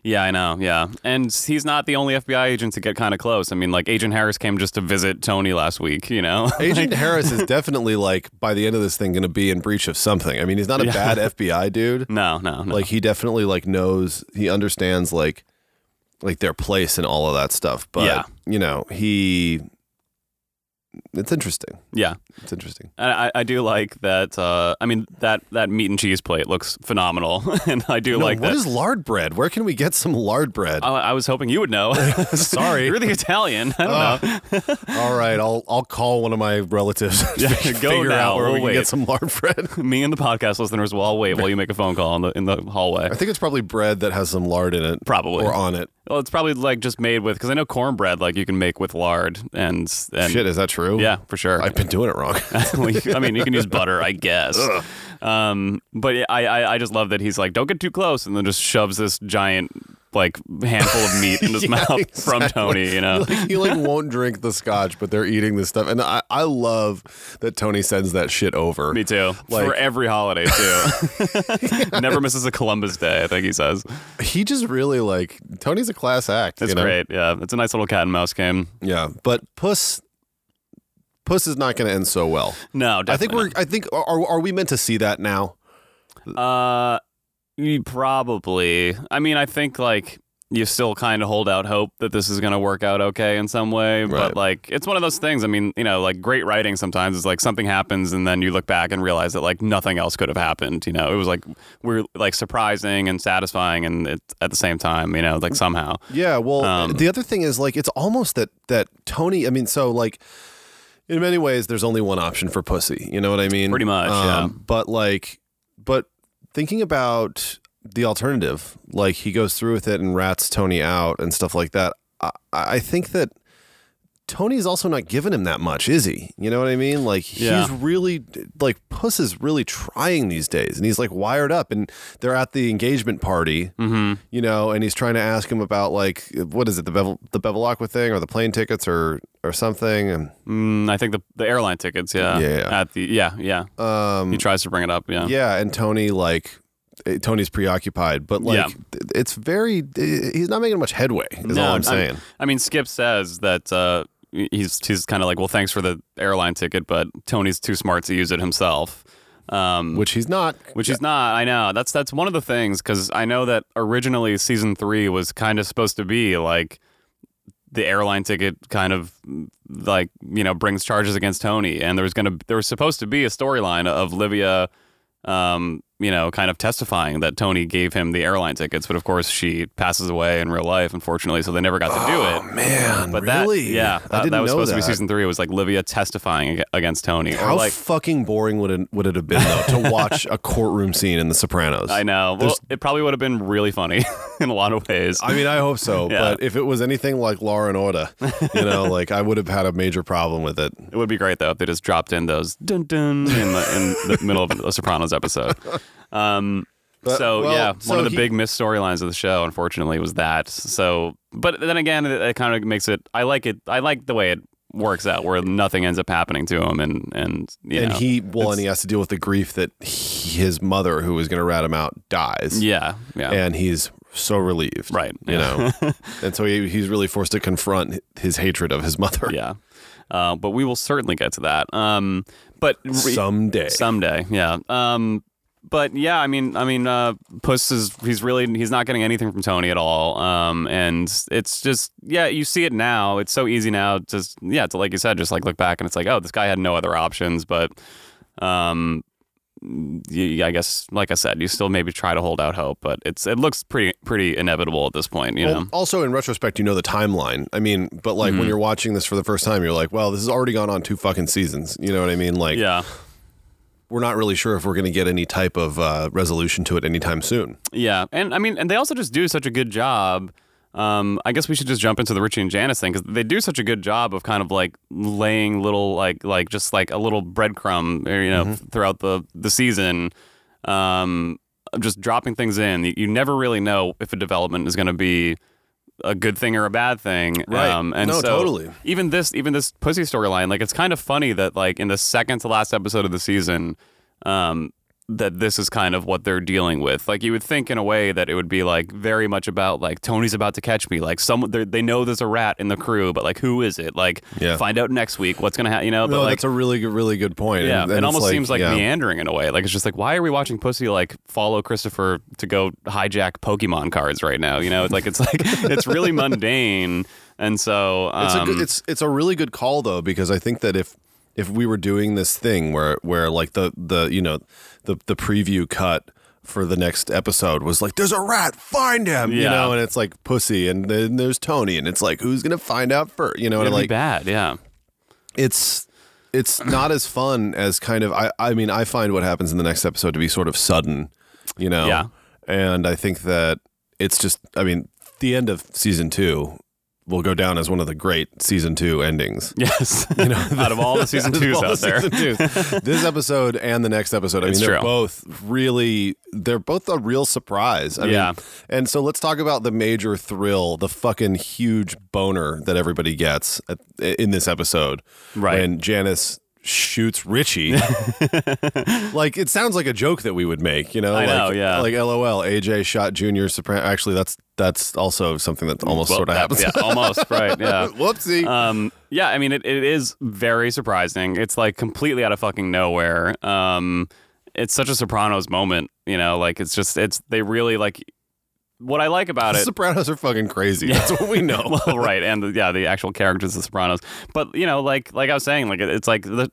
Yeah, I know. Yeah. And he's not the only FBI agent to get kind of close. I mean, like, Agent Harris came just to visit Tony last week, you know? Agent Harris is definitely like by the end of this thing going to be in breach of something. I mean, he's not a bad FBI dude. no, no, no. Like he definitely like knows he understands like like their place and all of that stuff. But Yeah. you know, he it's interesting. yeah. It's interesting. And I, I do like that. Uh, I mean, that, that meat and cheese plate looks phenomenal. and I do No, like what that. is lard bread? Where can we get some lard bread? I, I was hoping you would know. Sorry. You're the Italian. I don't Ah. know. all right, I'll I'll call one of my relatives. and Yeah, fig- go figure now, out where we'll we can wait. get some lard bread. Me and the podcast listeners will all wait while you make a phone call in the, in the hallway. I think it's probably bread that has some lard in it, Probably. or on it. Well, it's probably like just made with, because I know cornbread, like, you can make with lard and. and Shit, is that true? Yeah, for sure. I've been doing it wrong. Well, you- I mean, you can use butter, I guess. Um, but yeah, I, I, I just love that he's like, don't get too close, and then just shoves this giant like handful of meat in his Yeah, mouth from exactly. Tony. You know, He, like, he, like, won't drink the scotch, but they're eating this stuff, and I, I love that Tony sends that shit over. me too. Like- For every holiday too. Never misses a Columbus Day. I think he says He just really like Tony's a class act. it's you know? great. Yeah, it's a nice little cat and mouse game. Yeah, but Puss, Puss is not going to end so well. No, I think definitely. we're. I think are are we meant to see that now? Uh, you probably. I mean, I think like you still kind of hold out hope that this is going to work out okay in some way. Right. But like, it's one of those things. I mean, you know, like great writing sometimes is like something happens and then you look back and realize that like nothing else could have happened. You know, it was like we're like surprising and satisfying and it, at the same time. You know, like somehow. Yeah, well, Um, the other thing is like it's almost that that Tony. I mean, so like in many ways, there's only one option for pussy. You know what I mean? Um, Pretty much, yeah. But like, but thinking about the alternative, like he goes through with it and rats Tony out and stuff like that. I, I think that Tony's also not giving him that much, is he? You know what I mean? Like Yeah. he's really like Puss is really trying these days, and he's like wired up, and they're at the engagement party, Mm-hmm. you know, and he's trying to ask him about like what is it the Bevel the Bevelacqua thing or the plane tickets or or something, and Mm, I think the the airline tickets. Yeah. Yeah. At the yeah yeah. um, he tries to bring it up. Yeah. yeah, and Tony like. eh, Tony's preoccupied, but like Yeah. th- it's very. eh, He's not making much headway. Is all I'm saying. I mean, Skip says that uh, he's he's kind of like, well, thanks for the airline ticket, but Tony's too smart to use it himself. Um, Which he's not. which is not. I know that's that's one of the things because I know that originally season three was kind of supposed to be like the airline ticket kind of like you know brings charges against Tony, and there was gonna there was supposed to be a storyline of Livia. Um, you know, kind of testifying that Tony gave him the airline tickets, but of course she passes away in real life, unfortunately, so they never got to do it. Oh, man, But really? that, yeah, I that, didn't that was know supposed to that. be season three. It was like Livia testifying ag- against Tony, How or like fucking boring would it would it have been though to watch a courtroom scene in The Sopranos? I know. Well, There's- it probably would have been really funny in a lot of ways. I mean, I hope so, Yeah. but if it was anything like Law and Order, you know, like I would have had a major problem with it. it would be great though if they just dropped in those dun dun in the, in the middle of the Sopranos episode. Um, But- so well, yeah, so one of the he- big missed storylines of the show, unfortunately, was that. So, but then again, it, it kind of makes it. I like it. I like the way it works out, where nothing ends up happening to him, and and you and know, he well, and he has to deal with the grief that he, his mother, who was going to rat him out, dies. yeah, yeah, and he's so relieved, Right, You yeah. know, and so he, he's really forced to confront his hatred of his mother yeah. Uh, but we will certainly get to that. Um, but re- someday. someday, yeah. Um, but yeah, I mean, I mean, uh, Puss is he's really he's not getting anything from Tony at all. Um, and it's just yeah, you see it now. It's so easy now. Just yeah, to like you said, just like look back and it's like, oh, this guy had no other options. But um, y- I guess, like I said, you still maybe try to hold out hope, but it's it looks pretty pretty inevitable at this point. You Well, know, Mm-hmm. also in retrospect, you know the timeline. I mean, but like when you're watching this for the first time, you're like, well, this has already gone on two fucking seasons. You know what I mean? Like, yeah, we're not really sure if we're going to get any type of uh, resolution to it anytime soon. yeah, and I mean, and they also just do such a good job. Um, I guess we should just jump into the Richie and Janice thing because they do such a good job of kind of like laying little like like just like a little breadcrumb, or, you know, Mm-hmm. throughout the the season. Um, just dropping things in. You, you never really know if a development is going to be a good thing or a bad thing. um, Right. and so No, totally. Even this, even this pussy storyline, like it's kind of funny that like in the second to last episode of the season, um, that this is kind of what they're dealing with. Like you would think in a way that it would be like very much about like Tony's about to catch me. Like someone they're- they know there's a rat in the crew, but like who is it? Like Yeah. find out next week what's gonna happen. You know, No, but like that's a really, good, really good point. yeah, And- and it it's almost seems like yeah. meandering in a way. Like it's just like, why are we watching Pussy like follow Christopher to go hijack Pokemon cards right now? You know, it's like it's like it's really mundane, and so um, It's a good, it's it's a really good call though because I think that if if we were doing this thing where where like the the you know the the preview cut for the next episode was like there's a rat find him you Yeah. know and it's like pussy and then there's Tony and it's like who's gonna find out first you know and it'd be like bad. Yeah, it's it's not as fun as kind of I I mean I find what happens in the next episode to be sort of sudden, you know. Yeah. And I think that it's just I mean the end of season 2 will go down as one of the great season 2 endings. yes. You know, out of all the season Out of twos all the out there, season twos. this episode and the next episode, I It's mean, they're true. both really, they're both a real surprise. I Yeah. mean, and so let's talk about the major thrill, the fucking huge boner that everybody gets at, in this episode. Right. When Janice shoots Richie. like, it sounds like a joke that we would make, you know? I like, know, yeah. Like, LOL, AJ shot Junior Soprano. Actually, that's that's also something that almost Well, sort of that- happens. Yeah, almost right. Yeah. Whoopsie. Um, yeah, I mean, it, it is very surprising. It's like completely out of fucking nowhere. Um, it's such a Sopranos moment, you know, like it's just, it's, they really like, what I like about the it. Sopranos are fucking crazy. That's what we know. well, right, and the, yeah, the actual characters, the Sopranos. But you know, like like I was saying, like it, it's like the,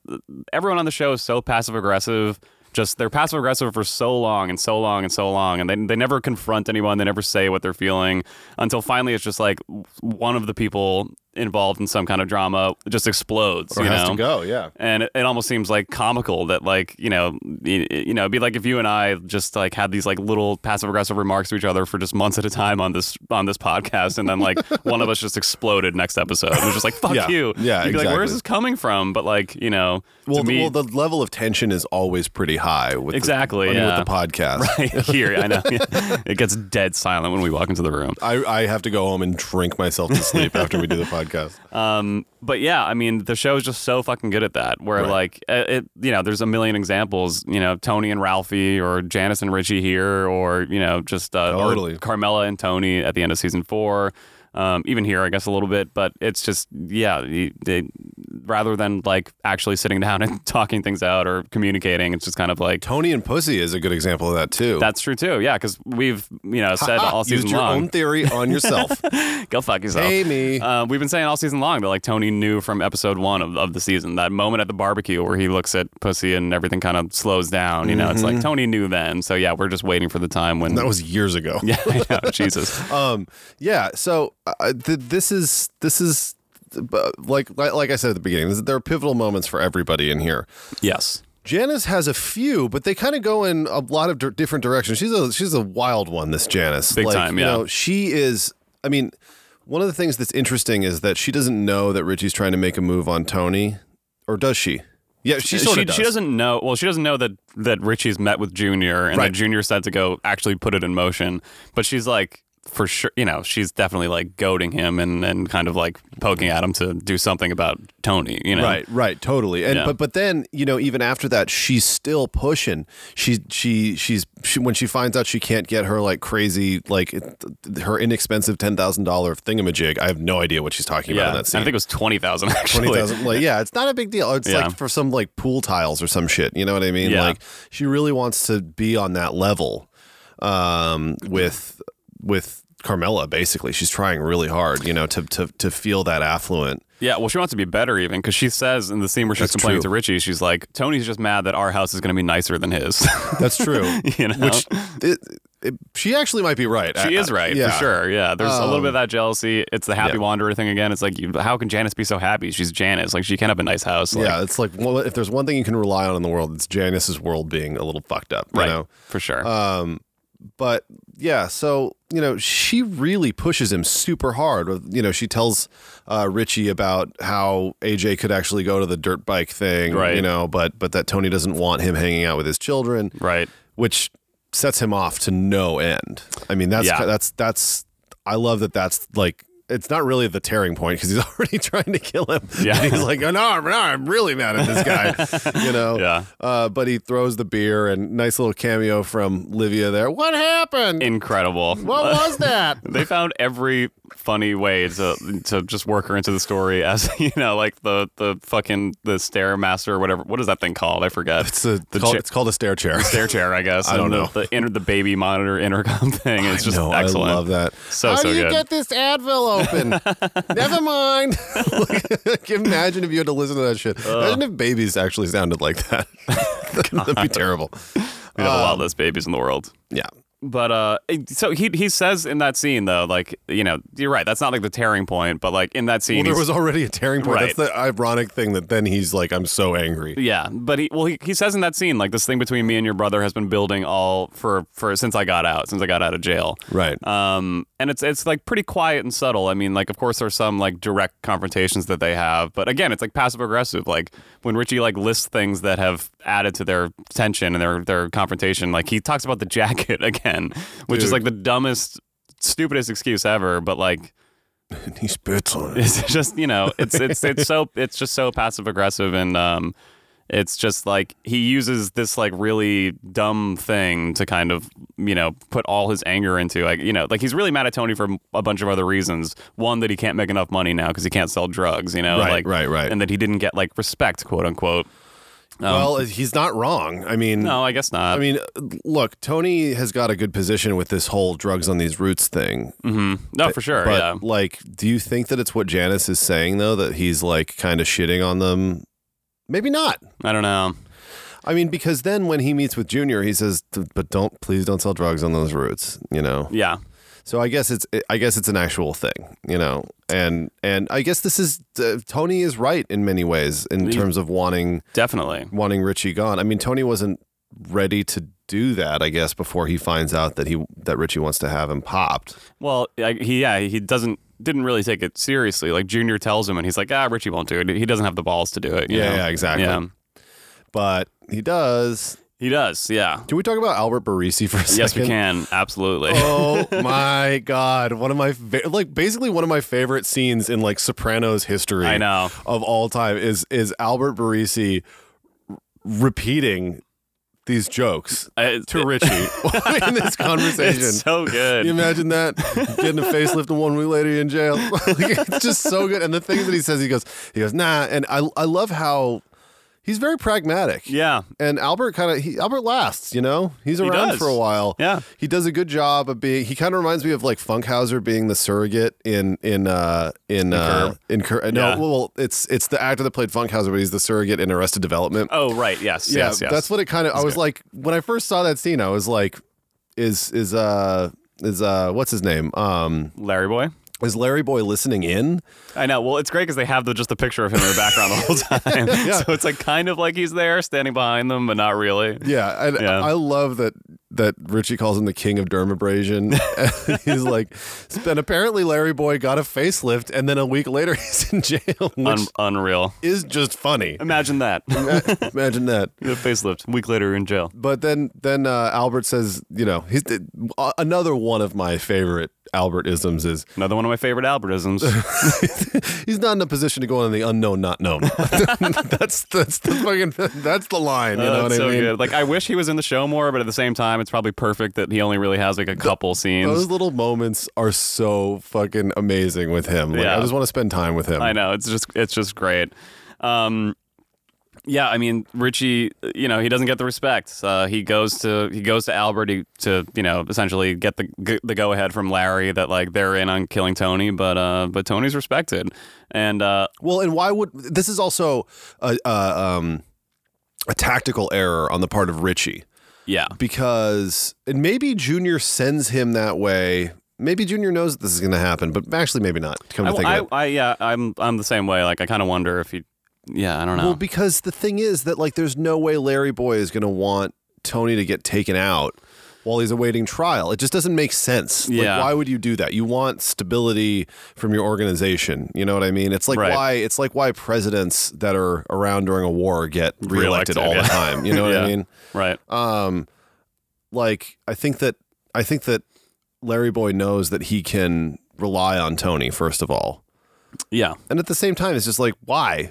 everyone on the show is so passive aggressive. Just they're passive aggressive for so long and so long and so long, and they they never confront anyone. They never say what they're feeling until finally it's just like one of the people involved in some kind of drama just explodes. or you has know? to go. Yeah. and it, it almost seems like comical that like you know you, you know it'd be like if you and I just like had these like little passive aggressive remarks to each other for just months at a time on this on this podcast and then like one of us just exploded next episode it was just like fuck Yeah. you Yeah, you'd be like exactly. where's this coming from but like you know Well, to me, well, the level of tension is always pretty high with Exactly, The, I mean, yeah. with the podcast, here I know yeah. it gets dead silent when we walk into the room I, I have to go home and drink myself to sleep after we do the podcast. Uh. but yeah, I mean, the show is just so fucking good at that. Where Right. like eh, it, it- you know, there's a million examples. You know, Tony and Ralphie, or Janice and Richie here, or you know, just uh, or Totally. Carmela and Tony at the end of season four. Um, even here, I guess a little bit, but it's just yeah. You, they, rather than like actually sitting down and talking things out or communicating, it's just kind of like Tony and Pussy is a good example of that too. that's true too. Yeah, because we've you know said Ah, all season used your long, own theory on yourself. go fuck yourself. Pay me. Uh, we've been saying all season long that like Tony knew from episode one of, of the season that moment at the barbecue where he looks at pussy and everything kind of slows down. You know, it's Mm-hmm. like Tony knew then. So yeah, we're just waiting for the time when that was years ago. yeah, I know, Jesus. Um. Yeah. So uh, th- this is this is. uh, Like, like like I said at the beginning, this- there are pivotal moments for everybody in here. Yes, Janice has a few, but they kind of go in a lot of di- different directions. She's a she's a wild one. This Janice, Big time, yeah. You know, she is. I mean, one of the things that's interesting is that she doesn't know that Richie's trying to make a move on Tony, or does she? Yeah, she sort she, of does. Uh, she doesn't know. Well, she doesn't know that that Richie's met with Junior and Right. that Junior said to go actually put it in motion. But she's like. For sure, you know she's definitely like goading him and, and kind of like poking at him to do something about Tony. You know, Right, right, totally. And Yeah. but but then you know even after that she's still pushing. She she she's she, when she finds out she can't get her like crazy like it- her inexpensive ten thousand dollar thingamajig. I have no idea what she's talking Yeah, about in that scene. I think it was twenty thousand actually. Twenty thousand, like yeah, it's not a big deal. It's Yeah. like for some like pool tiles or some shit. You know what I mean? Yeah. Like she really wants to be on that level um, with with Carmela basically. She's trying really hard, you know, to to to feel that affluent. Yeah, well, she wants to be better even because she says in the scene where she's That's complaining true. to Richie, she's like, "Tony's just mad that our house is going to be nicer than his." That's true. you know, Which it, it, she actually might be right. she I- is right yeah. Um, for sure. Yeah, there's a little bit of that jealousy. It's the happy yeah. wanderer thing again. It's like, you, how can Janice be so happy? She's Janice. Like she can't have a nice house. Like, yeah, it's like well, if there's one thing you can rely on in the world, it's Janice's world being a little fucked up, you right. know. For sure. Uh, But yeah, so you know, she really pushes him super hard. With You know, she tells uh, Richie about how AJ could actually go to the dirt bike thing, Right. You know, but but that Tony doesn't want him hanging out with his children, right. which sets him off to no end. I mean, that's Yeah. that's that's I love that. That's like it's not really the tearing point because he's already trying to kill him. Yeah. And he's like, oh, no, I'm, no, I'm really mad at this guy. you know. Yeah. Uh, but he throws the beer and nice little cameo from Livia there. What happened? Incredible. what was that? they found every funny way to to just work her into the story as you know, like the the fucking the stairmaster or whatever. What is that thing called? I forget. It's a The called, cha- it's called a stair chair. stair chair, I guess. I and don't the- know. the inter, the baby monitor intercom thing. It's just I know, excellent. I love that. So, How so do you good. get this Advil open? Never mind. Like, Imagine if you had to listen to that shit. Imagine if babies actually sounded like that. That'd be terrible. We have a Um, lot less babies in the world. Yeah. But uh, it- so he he says in that scene though, like you know, you're right. That's not like the tearing point, but like in that scene, Well, there he's- was already a tearing point. Right. That's the ironic thing that then he's like, "I'm so angry." Yeah, but he well he, he says in that scene like this thing between me and your brother has been building all for for since I got out since I got out of jail. Right. Um, and it's it's like pretty quiet and subtle. I mean, like of course there's some like direct confrontations that they have, but again it's like passive aggressive. Like when Richie like lists things that have added to their tension and their their confrontation. Like he talks about the jacket again, which is Dude. like the dumbest, stupidest excuse ever. But like And he spits on it. it's just you know it's it's it's so it's just so passive aggressive and um it's just like he uses this like really dumb thing to kind of you know put all his anger into like you know like he's really mad at Tony for a bunch of other reasons one that he can't make enough money now because he can't sell drugs you know Right, like right, right. and that he didn't get like respect quote unquote well, he's not wrong. I mean, um, no I guess not I mean, look, Tony has got a good position with this whole drugs on these roots thing. Mm-hmm. no for sure But yeah like, do you think that it's what Janice is saying though that he's like kind of shitting on them? Maybe not. I don't know I mean, because then when he meets with Junior, he says, "But don't, please, don't sell drugs on those routes." You know. yeah So I guess it's I guess it's an actual thing, you know. And and I guess this is uh, Tony is right in many ways in terms of wanting definitely wanting Richie gone. I mean, Tony wasn't ready to do that, I guess, before he finds out that he that Richie wants to have him popped. Well, I, he yeah he doesn't didn't really take it seriously. Like Junior tells him, and he's like, ah, Richie won't do it. He doesn't have the balls to do it. you Yeah, know? yeah, exactly. But he does. he does. Yeah, Can we talk about Albert Barisi for a second? yes, we can absolutely. oh my god one of my fa- like basically one of my favorite scenes in like sopranos history I know. of all time is is albert barisi r- repeating these jokes I- to richie in this conversation it's so good. you imagine that getting a facelift and one week later you're in jail. Like, it's just so good. And the things that he says, he goes, he goes, nah. And I, I love how he's very pragmatic yeah, and Albert kind of he Albert lasts, you know. He's around does. for a while. Yeah. he does a good job of being. He kind of reminds me of like Funkhauser being the surrogate in in uh in uh in Cur- no, Yeah. well, it's it's the actor that played Funkhauser, but he's the surrogate in Arrested Development. Oh right. Yes. yeah, yes. Yes. that's what it kind of. I was like when I first saw that scene, I was like, is is uh is uh what's his name um Larry Boy. is Larry Boy listening in? I know. Well, it's great because they have the, just the picture of him in the background the whole time. So it's like kind of like he's there standing behind them, but not really. Yeah, and Yeah. I love that that Richie calls him the king of dermabrasion. And he's like, and apparently Larry Boy got a facelift, and then a week later he's in jail, which Un- unreal. is just funny. Imagine that. Imagine that. The facelift. Week later in jail. But then then uh, Albert says, you know, he's uh, another one of my favorite Albertisms is Another one of my favorite Albertisms. he's not in a position to go on the unknown, not known. that's that's the fucking that's the line. You Oh, know what it's I so mean? good. Like I wish he was in the show more, but at the same time, it's probably perfect that he only really has like a couple scenes. Those little moments are so fucking amazing with him. Like, Yeah. I just want to spend time with him. I know it's just it's just great. Um, yeah, I mean Richie, you know, he doesn't get the respect. Uh, he goes to he goes to Albert to, to you know essentially get the g- the go ahead from Larry that like they're in on killing Tony, but uh, but Tony's respected, and uh, Well, and why would this is also a, a, um, a tactical error on the part of Richie yeah, because and maybe Junior sends him that way. Maybe Junior knows that this is going to happen, but actually maybe not. Come to think I, of it, I, I- yeah, I'm I'm the same way. Like I kind of wonder if he, yeah, I don't know. well, because the thing is that like there's no way Larry Boy is going to want Tony to get taken out while he's awaiting trial. It just doesn't make sense. Yeah. Like, why would you do that? You want stability from your organization. You know what I mean? It's like Right. why it's like why presidents that are around during a war get Reelected, reelected, all yeah. the time. You know what I Yeah. mean? right? um like i think that i think that larry boy knows that he can rely on tony first of all yeah, and at the same time it's just like why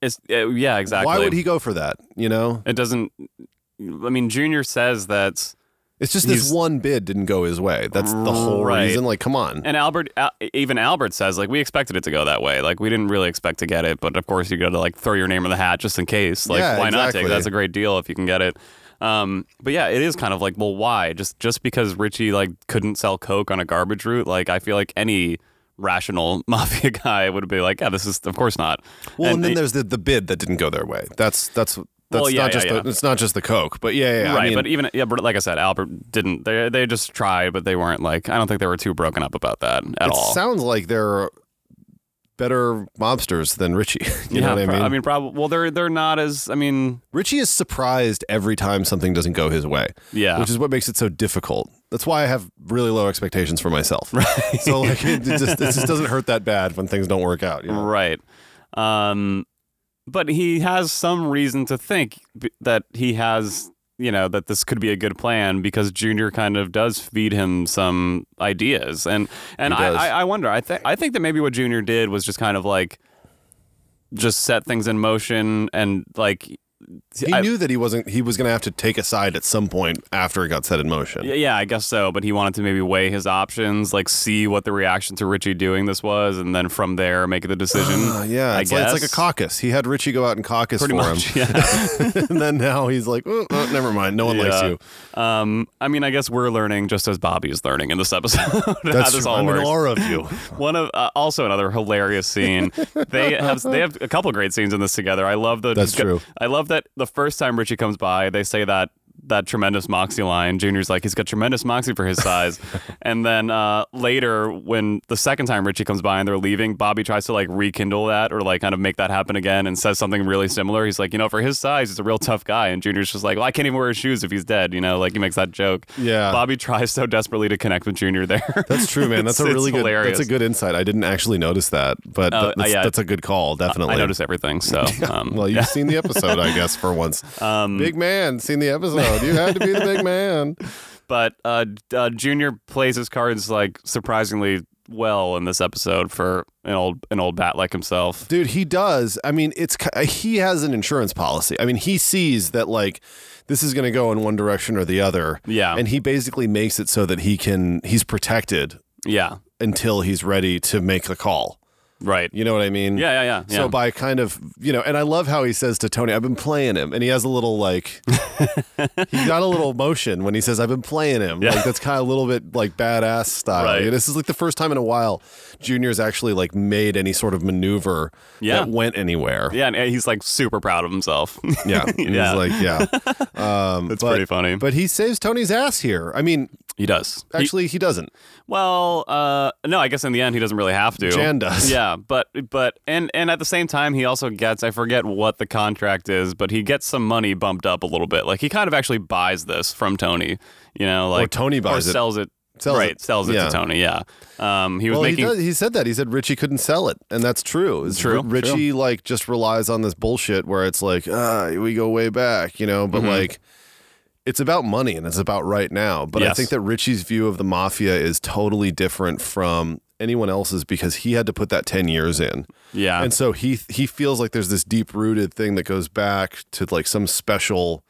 it's uh, yeah, exactly. why would he go for that you know It doesn't. I mean, Junior says that, it's just He's- this one bid didn't go his way that's the whole Right. reason like come on and Albert, Al- even Albert says, like, we expected it to go that way. Like, we didn't really expect to get it, but of course, you got to like throw your name in the hat just in case. Like, Yeah, why not take? it? exactly. That's a great deal if you can get it. Um, but yeah, it is kind of like, well, why? Just just because Richie like couldn't sell coke on a garbage route, like I feel like any rational mafia guy would be like, yeah, this is of course not. well and, then they- there's the, the bid that didn't go their way that's that's that's Well, yeah, not yeah, just yeah. The, it's not just the coke but yeah yeah, yeah. right, I mean, but even yeah, but like I said, Albert didn't. They they just tried, but they weren't like. I don't think they were too broken up about that at it all. sounds like they're better mobsters than richie you know what i pro- mean I mean, probably. Well, they're they're not as. I mean, Richie is surprised every time something doesn't go his way, yeah, which is what makes it so difficult. That's why I have really low expectations for myself. Right. So like, it just, it just doesn't hurt that bad when things don't work out. You know? right. Um, but he has some reason to think b- that he has, you know, that this could be a good plan because Junior kind of does feed him some ideas, and and He does. I, I I wonder. I think I think that maybe what Junior did was just kind of like just set things in motion and like He I- knew that he wasn't. He was going to have to take a side at some point after it got set in motion. Yeah, yeah, I guess so. But he wanted to maybe weigh his options, like see what the reaction to Richie doing this was, and then from there make the decision. Uh, yeah, I it's, guess Like, it's like a caucus. He had Richie go out and caucus Pretty for much. him, Yeah. and then now he's like, oh, oh, never mind. No one likes Yeah. you. um, I mean, I guess we're learning just as Bobby is learning in this episode how That's this true. all I'm works. in awe of you. One of uh, also another hilarious scene. they have they have a couple great scenes in this together. I love the That's true. I love that the first time Richie comes by, they say that that tremendous moxie line. Junior's like he's got tremendous moxie for his size, and then uh, later when the second time Richie comes by and they're leaving, Bobby tries to like rekindle that or like kind of make that happen again and says something really similar. He's like, you know, for his size, he's a real tough guy, and Junior's just like, well, I can't even wear his shoes if he's dead. You know, like he makes that joke. Yeah. Bobby tries so desperately to connect with Junior there. That's true, man. That's It's- a really it's good. hilarious. That's a good insight. I didn't actually notice that, but Oh, th- that's, yeah. that's a good call. Definitely. I notice everything. So, um, Well, you've seen the episode, I guess, for once. big man, seen the episode. You had to be the big man. but uh, uh, Junior plays his cards like surprisingly well in this episode for an old an old bat like himself. Dude, he does. I mean, it's ki- he has an insurance policy. I mean, he sees that like this is going to go in one direction or the other. Yeah. And he basically makes it so that he can he's protected Yeah, until he's ready to make the call. right. You know what I mean? Yeah, yeah, yeah. yeah. So by kind of you know, and I love how he says to Tony, "I've been playing him," and he has a little like he got a little motion when he says, "I've been playing him." Like that's kind of a little bit like badass style. Right. You know, This is like the first time in a while Junior's actually like made any sort of maneuver Yeah. that went anywhere. yeah, and he's like super proud of himself. Yeah, And Yeah. he's like, yeah, um, That's but- pretty funny. But he saves Tony's ass here. I mean, he does. He- actually, he doesn't. well, uh, no, I guess in the end he doesn't really have to. Jan does. Yeah, but but and and at the same time he also gets I forget what the contract is, but he gets some money bumped up a little bit. Like he kind of actually buys this from Tony. You know, like Tony buys or it. sells it. Sells right, it. sells it Yeah. to Tony. Yeah, um, he was well, making he, does, he said that. He said Richie couldn't sell it, and that's true. It's True, R- Richie like just relies on this bullshit where it's like, ah, we go way back, you know. But Mm-hmm. like, it's about money and it's about right now. But I Yes. think that Richie's view of the mafia is totally different from anyone else's because he had to put that ten years in, yeah, and so he he feels like there's this deep rooted thing that goes back to like some special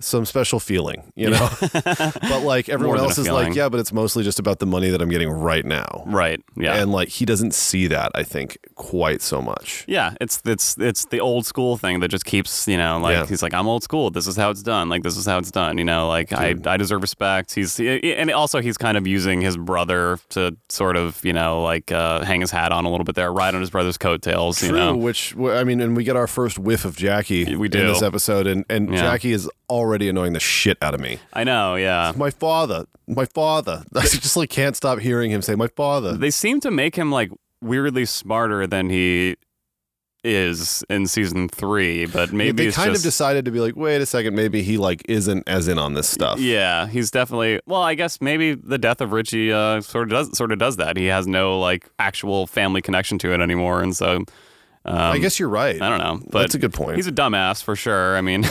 some special feeling, you know. but like everyone than a else is feeling. like, yeah, but it's mostly just about the money that I'm getting right now. Right. Yeah. And like he doesn't see that, I think, quite so much. yeah, it's it's it's the old school thing that just keeps you know like Yeah. he's like I'm old school. This is how it's done. Like this is how it's done. You know, like I, I deserve respect. He's and also he's kind of using his brother to sort of you know like uh, hang his hat on a little bit there, ride on his brother's coattails. True, You know, which w- I mean, and we get our first whiff of Jackie We in do. this episode, and and Yeah. Jackie is already annoying the shit out of me. I know. Yeah, My father, my father, I just like can't stop hearing him say, "My father." they seem to make him like weirdly smarter than he is in season three, but Yeah, maybe they it's kind just, of decided to be like, wait a second, maybe he like isn't as in on this stuff. Yeah, he's definitely. Well, I guess maybe the death of Richie uh, sort of does sort of does that. He has no like actual family connection to it anymore, and so um, I guess you're right. I don't know. But That's a good point. He's a dumbass for sure. I mean,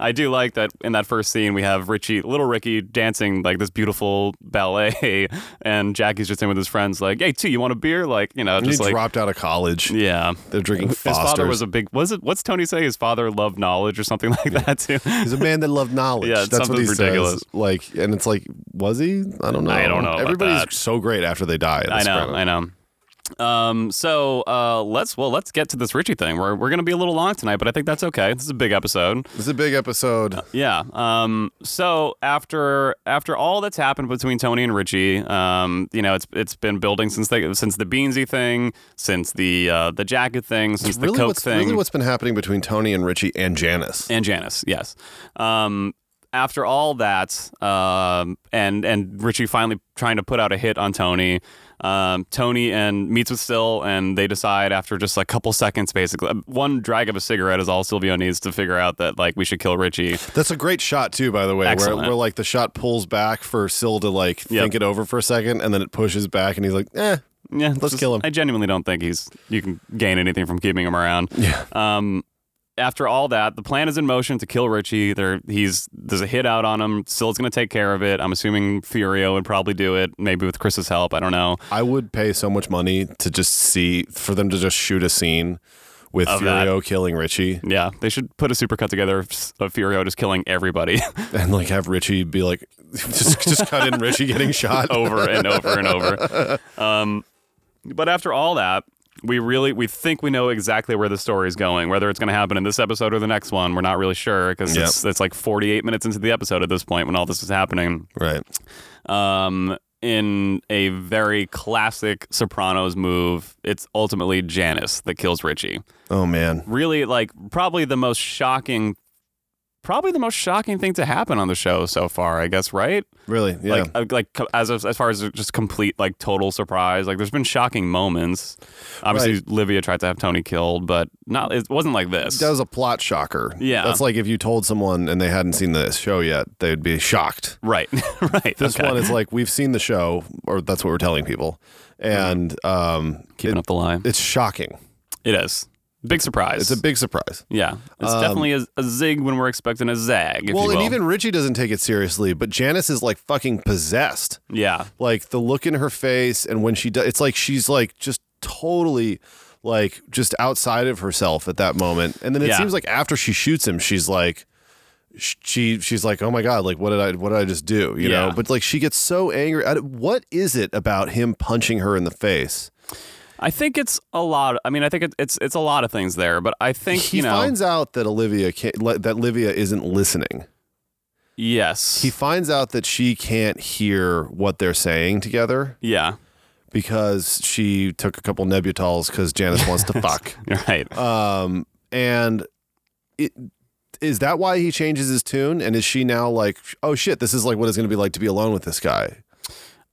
I do like that in that first scene we have Richie, little Ricky, dancing like this beautiful ballet, and Jackie's just in with his friends, like, "Hey, T, you want a beer?" Like, you know, And he just like, dropped out of college. yeah. They're drinking His Fosters. father was a big. Was it? What's Tony say? His father loved knowledge or something like that too. He's a man that loved knowledge. Yeah, it's that's what something he ridiculous. says. Like, and it's like, was he? I don't know. I don't know about Everybody's that. so great after they die. I know, I know. Um, so uh, let's well, let's get to this Richie thing. We're we're gonna be a little long tonight, but I think that's okay. This is a big episode. This is a big episode. Yeah. Um, so after after all that's happened between Tony and Richie, um, you know, it's it's been building since they since the Beansy thing, since the uh, the jacket thing, since the really, Coke what's, thing, really what's been happening between Tony and Richie and Janice. and Janice. Yes. Um, after all that, um, and and Richie finally trying to put out a hit on Tony. Um, Tony and meets with Still, and they decide after just a couple seconds, basically, uh, one drag of a cigarette is all Silvio needs to figure out that like we should kill Richie. That's a great shot too, by the way, where, Excellent. where like the shot pulls back for Syl to like think it over for a second, and then it pushes back, and he's like, "Eh, Yeah, let's kill him. I genuinely don't think he's you can gain anything from keeping him around. Yeah. Um, after all that, the plan is in motion to kill Richie. There, he's there's a hit out on him. Still's going to take care of it. I'm assuming Furio would probably do it, maybe with Chris's help. I don't know. I would pay so much money to just see for them to just shoot a scene with Of that. Furio killing Richie Yeah, they should put a supercut together of, of Furio just killing everybody and like have Richie be like just just cut in Richie getting shot. over and over and over. Um, but after all that, we really we think we know exactly where the story is going. Whether it's going to happen in this episode or the next one, we're not really sure because Yep. it's, it's like 48 minutes into the episode at this point when all this is happening. Right. Um, in a very classic Sopranos move, it's ultimately Janice that kills Richie. Oh man. really like probably the most shocking probably the most shocking thing to happen on the show so far i guess right Really? Yeah. like uh, like co- as of- as far as just complete like total surprise like there's been shocking moments obviously Right. livia tried to have tony killed but not it wasn't like this that was a plot shocker. Yeah. That's like if you told someone and they hadn't seen the show yet, they'd be shocked. right right This okay. one is like we've seen the show, or that's what we're telling people, and um, keeping Mm-hmm. up the lie it's shocking. it is big surprise It's a big surprise. yeah it's definitely a, a zig when we're expecting a zag if Um, well, you and will. even Richie doesn't take it seriously, but Janice is like fucking possessed. yeah like the look in her face and when she does it's like she's like just totally like just outside of herself at that moment and then it Yeah. seems like after she shoots him she's like she she's like oh my god like what did i what did i just do you know Yeah. but like she gets so angry I, what is it about him punching her in the face i think it's a lot i mean i think it, it's it's a lot of things there but i think he you know finds out that olivia can't li- that livia isn't listening yes he finds out that she can't hear what they're saying together yeah because she took a couple nebutols because janice wants to fuck right Um, and it is that why he changes his tune? And is she now like, oh shit, this is like what it's going to be like to be alone with this guy?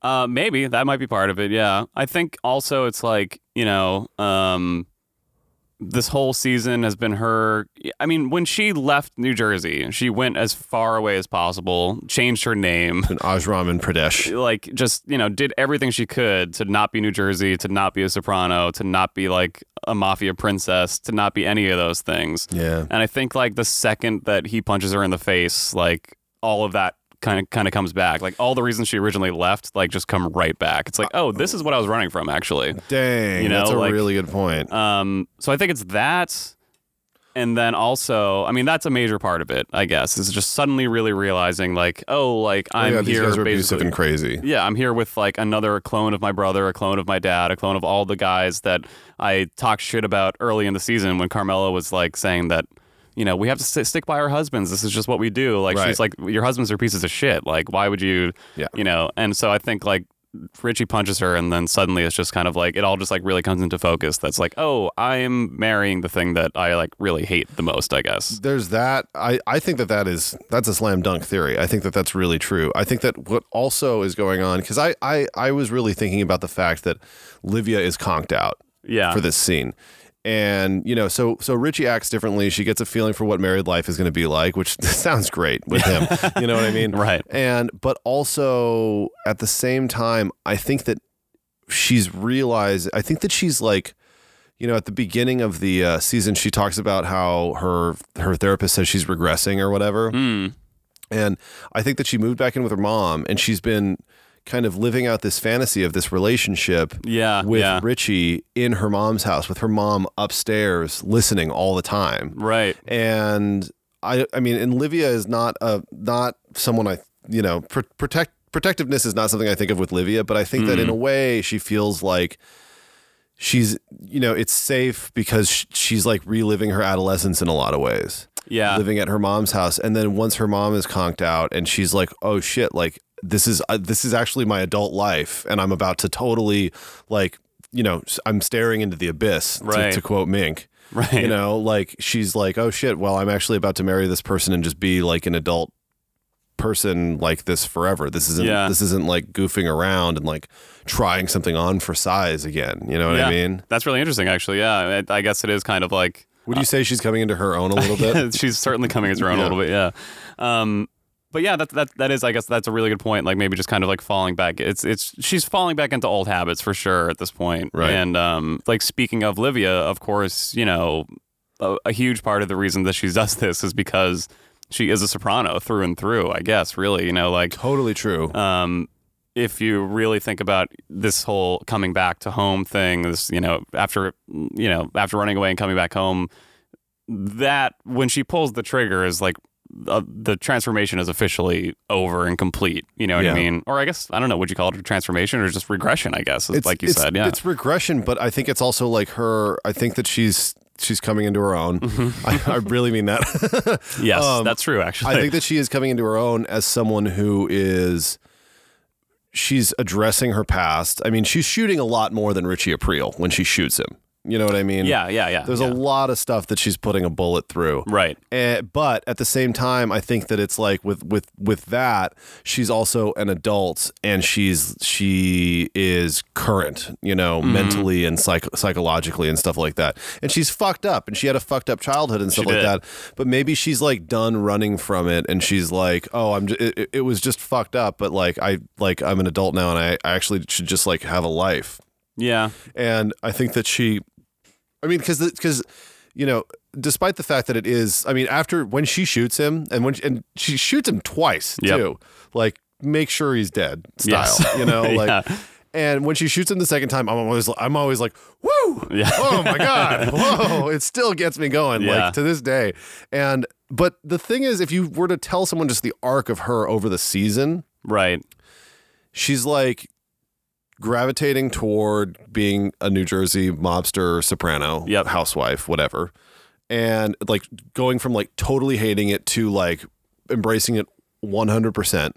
Uh, maybe that might be part of it. Yeah, I think also it's like you know, um, this whole season has been her. I mean, when she left New Jersey, she went as far away as possible, changed her name, An Ajram in Pradesh. like just you know, did everything she could to not be New Jersey, to not be a soprano, to not be like a mafia princess, to not be any of those things. Yeah. And I think like the second that he punches her in the face, like all of that kind of kind of comes back. Like all the reasons she originally left, like just come right back. It's like, oh, this is what I was running from actually. Dang, You know, that's a like- really good point. Um, so I think it's that. and then also, I mean, that's a major part of it, I guess, is just suddenly really realizing, like, oh, like I'm yeah, these here guys are abusive basically. and crazy. yeah, I'm here with like another clone of my brother, a clone of my dad, a clone of all the guys that I talked shit about early in the season when Carmela was like saying that, you know, we have to st- stick by our husbands. This is just what we do. Like Right. she's like, your husbands are pieces of shit. Like why would you, Yeah. you know? And so I think like Richie punches her, and then suddenly it's just kind of like it all just like really comes into focus. That's like, oh, I am marrying the thing that I like really hate the most. I guess. There's that. I, I think that that is that's a slam dunk theory. I think that that's really true. I think that what also is going on because I, I I was really thinking about the fact that Livia is conked out Yeah. for this scene. And you know, so so Richie acts differently. She gets a feeling for what married life is going to be like, which sounds great with him. you know what I mean? Right. And but also at the same time, I think that she's realized. I think that she's like, you know, at the beginning of the uh, season, she talks about how her her therapist says she's regressing or whatever. Mm-hmm. Hmm. And I think that she moved back in with her mom, and she's been kind of living out this fantasy of this relationship Yeah, with yeah. Richie in her mom's house with her mom upstairs listening all the time. Right. And I I mean and Livia is not a not someone I you know pr- protect protectiveness is not something I think of with Livia, but I think that in a way she feels like she's you know it's safe because sh- she's like reliving her adolescence in a lot of ways Yeah. living at her mom's house and then once her mom is conked out and she's like oh shit like this is uh, this is actually my adult life and i'm about to totally like you know s- i'm staring into the abyss to- Right. to, quote mink Right. you know like she's like oh shit well i'm actually about to marry this person and just be like an adult person like this forever this isn't Yeah. this isn't like goofing around and like trying something on for size again you know what i Yeah. mean That's really interesting, actually. Yeah, I, I guess it is kind of like would you say she's coming into her own a little bit she's certainly coming as her own Yeah. a little bit. Yeah. Um, but yeah, that, that that is, I guess, that's a really good point. Like maybe just kind of like falling back. It's it's she's falling back into old habits for sure at this point. Right. And um, like speaking of Livia, of course, you know, a, a huge part of the reason that she does this is because she is a soprano through and through. I guess really, you know, like totally true um, if you really think about this whole coming back to home thing, this you know after you know after running away and coming back home, that when she pulls the trigger is like uh, the transformation is officially over and complete. You know what Yeah. I mean? Or I guess I don't know. Would you call it a transformation or just regression? I guess is like you it's, said, yeah. It's regression, but I think it's also like her. I think that she's she's coming into her own. I, I really mean that. Mm-hmm. yes, um, that's true. Actually, I think that she is coming into her own as someone who is. She's addressing her past. I mean, she's shooting a lot more than Richie April when she shoots him. You know what I mean? yeah, yeah, yeah. There's yeah. a lot of stuff that she's putting a bullet through. right. Eh, but at the same time, I think that it's like with with with that, she's also an adult and she's she is current, you know, mentally and psych- psychologically and stuff like that. And she's fucked up, and she had a fucked up childhood and stuff like did. that. But maybe she's like done running from it, and she's like, oh, I'm j- it, it- it was just fucked up, but like I like I'm an adult now, and I, I actually should just like have a life Yeah. and I think that she, I mean, because because you know, despite the fact that it is, I mean, after when she shoots him and when she, and she shoots him twice Yep. too, like make sure he's dead style, Yes. you know, like. Yeah. And when she shoots him the second time, I'm always I'm always like, "Woo! Yeah. Oh my god! Whoa!" It still gets me going, Yeah. like to this day. And but the thing is, if you were to tell someone just the arc of her over the season, Right. she's like gravitating toward being a New Jersey mobster soprano, Yep. housewife, whatever. And like going from like totally hating it to like embracing it 100%.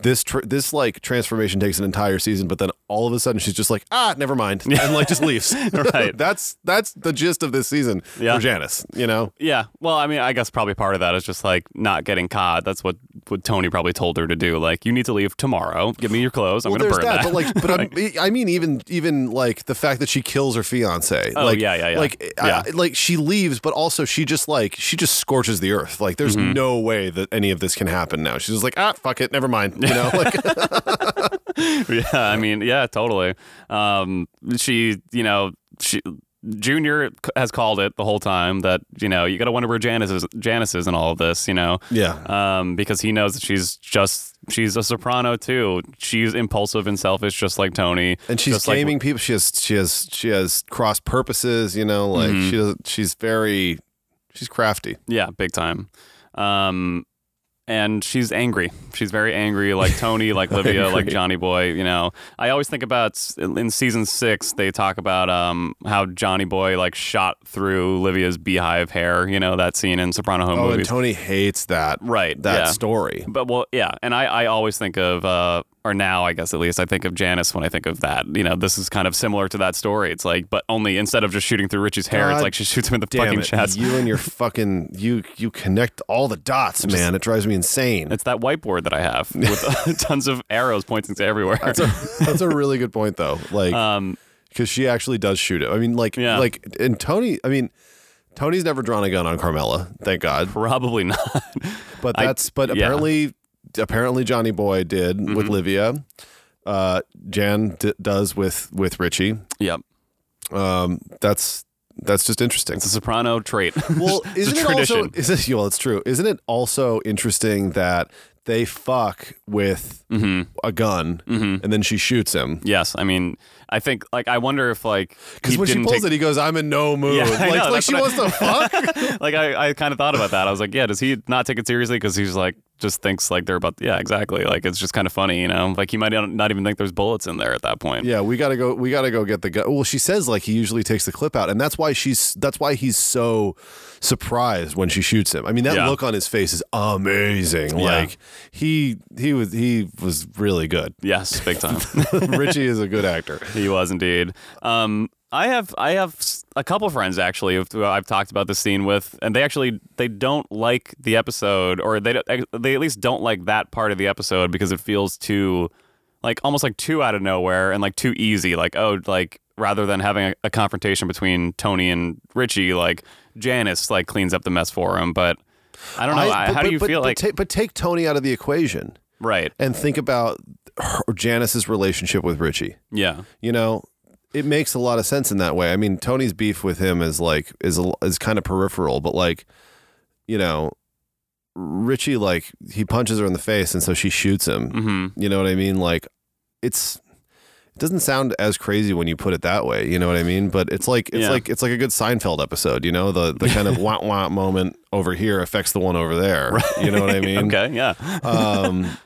This tr- this like transformation takes an entire season, but then all of a sudden she's just like, ah, never mind, and like just leaves. Right. that's that's the gist of this season Yeah. for Janice. You know, Yeah. Well, I mean, I guess probably part of that is just like not getting caught. That's what what Tony probably told her to do. Like, you need to leave tomorrow. Give me your clothes. I'm well, gonna burn that. there's But like, but I'm, e, I mean, even even like the fact that she kills her fiance. Oh, like, yeah, yeah, yeah. Like, Yeah. I, like she leaves, but also she just like she just scorches the earth. Like, there's Mm-hmm. no way that any of this can happen now. She's just like, ah, fuck it, never mind. You know, like yeah. I mean, yeah, totally. Um, she, you know, she. Junior c- has called it the whole time that you know you got to wonder where Janice is. Janice is in all of this, you know. yeah. um, because he knows that she's just she's a soprano too. She's impulsive and selfish, just like Tony. And she's just like- gaming people. Mm-hmm. She has she has she has cross purposes. You know, like she does, she's very She's crafty. Yeah, big time. Um, and she's angry. She's very angry, like Tony, like Livia, like Johnny Boy. You know, I always think about in season six they talk about um how Johnny Boy like shot through Livia's beehive hair. You know that scene in Soprano Home Oh, and movies. Tony hates that. Right, That yeah. story. but well, yeah, and I, I always think of, uh, or now I guess at least I think of Janice when I think of that. You know, this is kind of similar to that story. It's like, but only instead of just shooting through Richie's hair, it's God like she shoots him in the Damn fucking it. chest. You and your fucking you you connect all the dots, man. It drives me insane. It's that whiteboard that I have with tons of arrows pointing to everywhere. That's a, that's a really good point though. Like um, because she actually does shoot it. I mean, like, Yeah. like, and Tony. I mean, Tony's never drawn a gun on Carmela, thank God. probably not. But I- that's but yeah. Mm-hmm. apparently, apparently Johnny Boy did with Livia. Uh, Jan d- does with with Richie. yep, Um, that's that's just interesting. it's a soprano trait. Well, It's a isn't it tradition. also? Is it, well, it's true. Isn't it also interesting that they fuck with a gun and then she shoots him? Mm-hmm. yes, I mean, I think like I wonder if like Because he when she didn't pulls take- it, he goes, "I'm in no mood." Yeah, I like, know, like that's she what I- wants to fuck. like I, I kind of thought about that. I was like, yeah, does he not take it seriously because he's like just thinks like they're about yeah exactly like it's just kind of funny you know like he might not not even think there's bullets in there at that point. Yeah, we gotta go. We gotta go get the gun. Well, she says like he usually takes the clip out, and that's why she's. That's why he's so surprised when she shoots him. I mean, that Yeah. look on his face is amazing. Yeah. Like he he was he was really good. Yes, big time. Richie is a good actor. He was indeed. Um, I have I have s- a couple friends actually who I've talked about this scene with, and they actually they don't like the episode, or they don't, they at least don't like that part of the episode because it feels too, like almost like too out of nowhere and like too easy. Like oh, like rather than having a, a confrontation between Tony and Richie, like Janice like cleans up the mess for him. But I don't know. I- but- how but- do you but- feel but like? ta- but take Tony out of the equation right. and think about her, Janice's relationship with Richie. Yeah. You know, it makes a lot of sense in that way. I mean, Tony's beef with him is like is a, is kind of peripheral, but like, you know, Richie like he punches her in the face, and so she shoots him. hmm You know what I mean? Like, it's it doesn't sound as crazy when you put it that way. You know what I mean? But it's like it's Yeah. like it's like a good Seinfeld episode. You know, the the kind of wah wah moment over here affects the one over there. You know what I mean? Okay. Yeah. Um,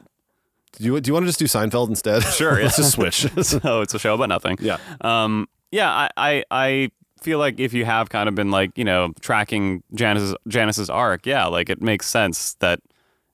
do you do you want to just do Seinfeld instead? Sure, yeah. Let's just switch. so it's a show about nothing. yeah. Um, yeah, I, I, I feel like if you have kind of been like you know tracking Janice's Janice's arc, yeah, like it makes sense that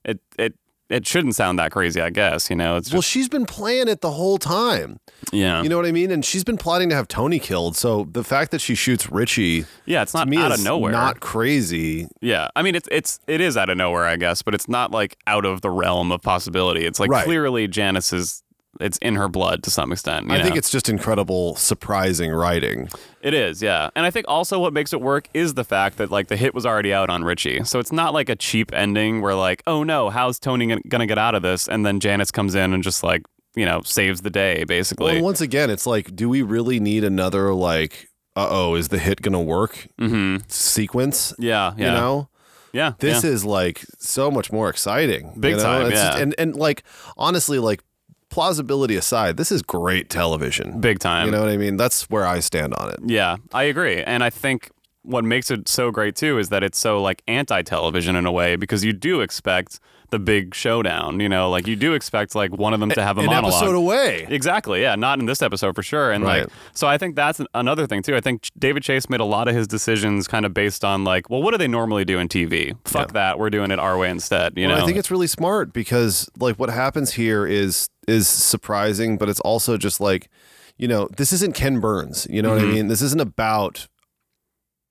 it it it shouldn't sound that crazy. I guess you know it's Well, just she's been playing it the whole time. yeah You know what I mean? And she's been plotting to have Tony killed. So the fact that she shoots Richie yeah it's to not me out is of nowhere. not crazy. yeah, I mean it's it's it is out of nowhere, I guess, but it's not like out of the realm of possibility. It's like Right. clearly Janice's. It's in her blood to some extent. you I think know? it's just incredible, surprising writing. It is, yeah. And I think also what makes it work is the fact that like the hit was already out on Richie. So it's not like a cheap ending where like, oh no, how's Tony gonna- gonna get out of this? And then Janice comes in and just like, you know, saves the day Well, basically. and once again, it's like, do we really need another like, uh oh, is the hit gonna work mm-hmm. sequence? Yeah, yeah. You know, yeah. this yeah. is like so much more exciting. you Big know? time, It's yeah. and and like honestly, like plausibility aside, this is great television. big time. You know what I mean? That's where I stand on it. Yeah, I agree. And I think what makes it so great too is that it's so like anti television in a way because you do expect the big showdown, you know, like you do expect like one of them to have a An monologue. episode away. Exactly. Yeah. Not in this episode for sure. And Right. like, so I think that's an- another thing too. I think Ch- David Chase made a lot of his decisions kind of based on like, well, what do they normally do in TV? Fuck that. We're doing it our way instead. You well, know. I think it's really smart because like what happens here is is surprising, but it's also just like, you know, this isn't Ken Burns. You know Mm-hmm. what I mean? This isn't about.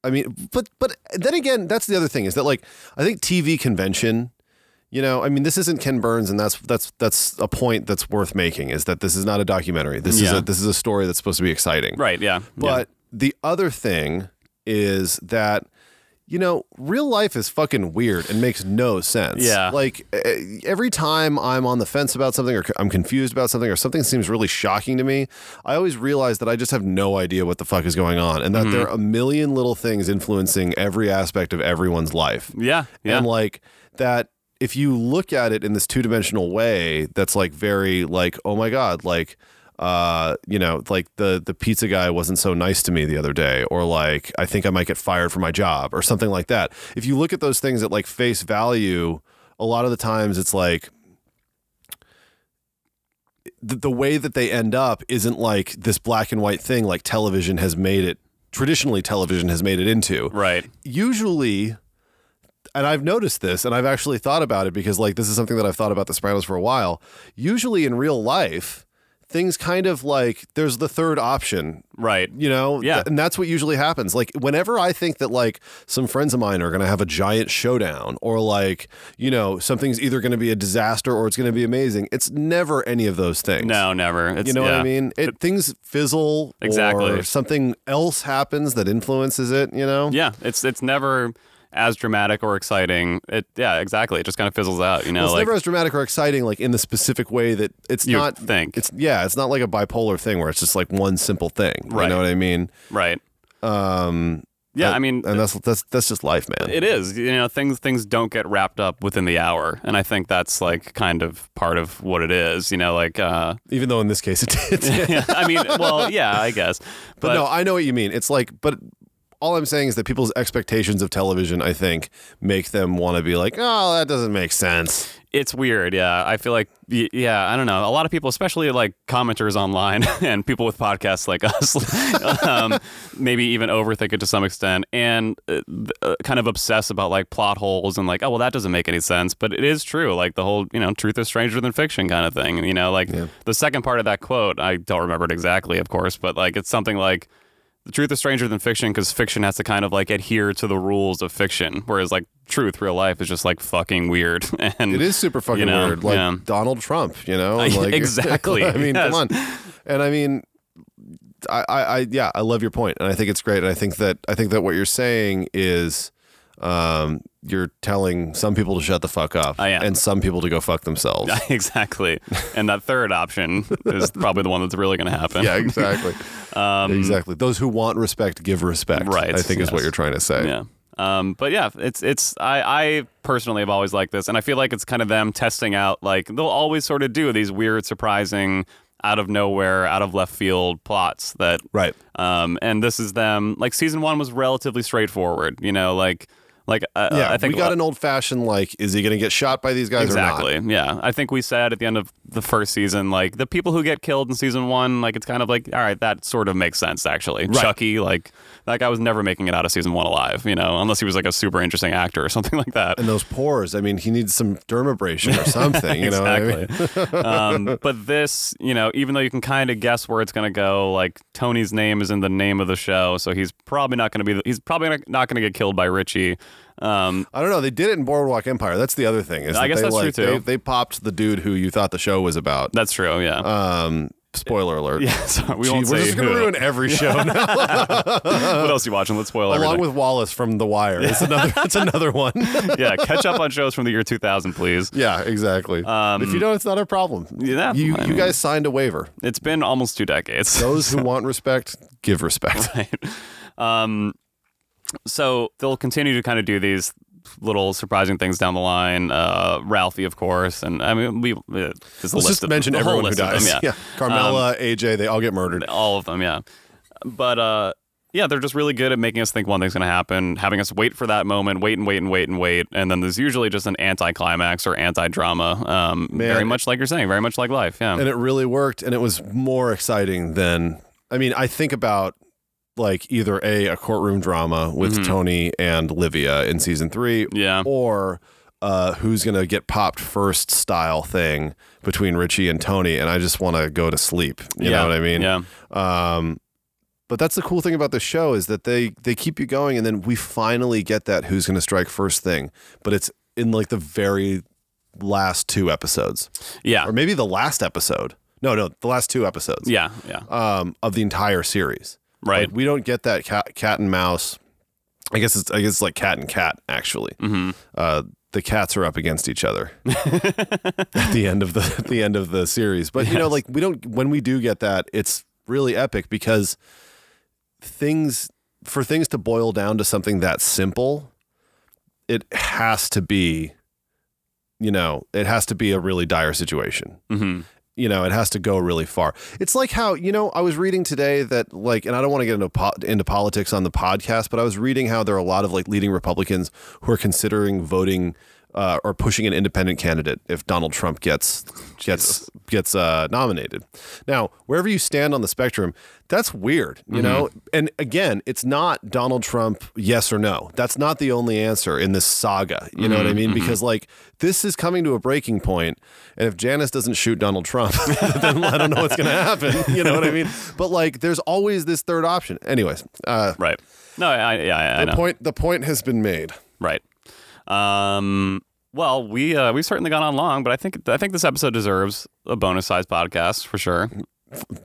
I mean, but but then again, that's the other thing is that like I think TV convention. You know, I mean, this isn't Ken Burns, and that's that's that's a point that's worth making is that this is not a documentary. This is Yeah. a this is a story that's supposed to be exciting. right. Yeah. yeah. But the other thing is that you know, real life is fucking weird and makes no sense. Yeah. Like e- every time I'm on the fence about something or c- I'm confused about something or something seems really shocking to me, I always realize that I just have no idea what the fuck is going on and that Mm-hmm. there are a million little things influencing every aspect of everyone's life. Yeah. Yeah. And like that if you look at it in this two-dimensional way that's like very like oh my god, like uh, you know, like the the pizza guy wasn't so nice to me the other day, or like I think I might get fired from my job, or something like that. If you look at those things at like face value, a lot of the times it's like the, the way that they end up isn't like this black and white thing like television has made it traditionally television has made it into Right. usually and I've noticed this and I've actually thought about it because like this is something that I've thought about the Sopranos for a while. Usually in real life, things kind of like there's the third option, Right. you know? Yeah. and that's what usually happens. Like whenever I think that like some friends of mine are going to have a giant showdown or like, you know, something's either going to be a disaster or it's going to be amazing, it's never any of those things. No, never. It's, You know what yeah. I mean? It things fizzle Exactly. or something else happens that influences it, you know? Yeah. It's it's never as dramatic or exciting. It yeah, exactly. It just kind of fizzles out. You know, Well, it's like never as dramatic or exciting, like in the specific way that it's You not. think. it's yeah, it's not like a bipolar thing where it's just like one simple thing. You Right. know what I mean? right. Um, Yeah. uh, I mean, and that's that's that's just life, man. it is. You know, things things don't get wrapped up within the hour, and I think that's like kind of part of what it is. You know, like uh, Even though in this case it did. but, I mean, well, yeah, I guess, but, no, I know what you mean. It's like, but all I'm saying is that people's expectations of television, I think, make them want to be like, oh, that doesn't make sense. it's weird. Yeah, I feel like y- yeah, I don't know. A lot of people, especially like commenters online and people with podcasts like us, um, maybe even overthink it to some extent and uh, th- uh, kind of obsess about like plot holes and like oh well that doesn't make any sense. But it is true, like the whole you know truth is stranger than fiction kind of thing. You know, like the second part of that quote, I don't remember it exactly, of course, but like it's something like. The truth is stranger than fiction because fiction has to kind of like adhere to the rules of fiction, whereas like truth, real life is just like fucking weird. And It is super fucking You know, weird, like yeah. Donald Trump. You know, And, like, Exactly, I mean, yes. come on. And I mean, I, I, I, yeah, I love your point, and I think it's great, and I think that I think that what you're saying is, um, you're telling some people to shut the fuck up, I am. and some people to go fuck themselves. exactly. And that third option is probably the one that's really going to happen. yeah, exactly. exactly. Those who want respect give respect. Um, Right, I think is what yes. you're trying to say. Yeah. Um, but yeah, it's it's I, I personally have always liked this, and I feel like it's kind of them testing out like they'll always sort of do these weird, surprising, out of nowhere, out of left field plots that Right. Um, and this is them like season one was relatively straightforward, you know, like like uh, Yeah, I think we got an old fashioned like, is he going to get shot by these guys or not? Exactly. Yeah. I think we said at the end of the first season, like the people who get killed in season one, like it's kind of like, all right, that sort of makes sense actually. Chucky, like that guy was never making it out of season one alive, you know, unless he was like a super interesting actor or something like that. And those pores. I mean, he needs some dermabrasion or something. You know what I mean? exactly. um, but this, you know, even though you can kind of guess where it's going to go, like Tony's name is in the name of the show, so he's probably not going to be. He's probably not- not going to get killed by Richie. Um, I don't know. They did it in Boardwalk Empire. That's the other thing. Is I that guess they, that's true, like, too. They, they popped the dude who you thought the show was about. that's true. Yeah. Um, spoiler alert. yeah. So we Gee, won't we're say just gonna who. ruin every show now, what else you watching? Let's spoil everything. along with Wallace from The Wire. It's another. It's another one. yeah, catch up on shows from the year 2000, please. yeah, exactly. if you don't, it's not our problem. Um, yeah, you I you mean- guys signed a waiver. It's been almost two decades. Those who want respect, give respect. um, so they'll continue to kind of do these little surprising things down the line. Uh, Ralphie, of course, and I mean, we uh, there's a Let's list just of- mention the whole everyone who list of dies. them, Um, yeah. Carmela, AJ, they all get murdered. all of them yeah but uh yeah they're just really good at making us think one thing's going to happen having us wait for that moment wait and wait and wait and wait and then there's usually just an anti-climax or anti-drama um Man. very much like you're saying very much like life yeah and it really worked and it was more exciting than i mean i think about like either a a courtroom drama with tony and livia in season three Mm-hmm. Yeah. or uh, who's gonna get popped first style thing between richie and tony and i just want to go to sleep you Yeah. know what i mean yeah um but that's the cool thing about the show is that they they keep you going and then we finally get that who's gonna strike first thing but it's in like the very last two episodes yeah or maybe the last episode. No, no, the last two episodes. yeah yeah Um, of the entire series. right Like, we don't get that cat, cat and mouse. I guess it's I guess it's like cat and cat actually. Uh, the cats are up against each other at the end of the at the end of the series. But you know, like we don't when we do get that, it's really epic because things for things to boil down to something that simple, it has to be, you know, it has to be a really dire situation Mhm. you know, it has to go really far. It's like how, you know, I was reading today that, like, and I don't want to get into, po- into politics on the podcast, but I was reading how there are a lot of, like, leading Republicans who are considering voting. Uh, or pushing an independent candidate if Donald Trump gets gets gets uh, nominated. Now, wherever you stand on the spectrum, that's weird, Mm-hmm. you know. And again, it's not Donald Trump yes or no. That's not the only answer in this saga. You Mm-hmm, know what I mean? Because like this is coming to a breaking point, and if Janice doesn't shoot Donald Trump, then I don't know what's going to happen. You know what I mean? But like, there's always this third option. Anyways, uh, Right. No, I, I, yeah, I, I the know. point the point has been made. Right. Um, well, we uh, we've certainly gone on long, but I think I think this episode deserves a bonus size podcast for sure.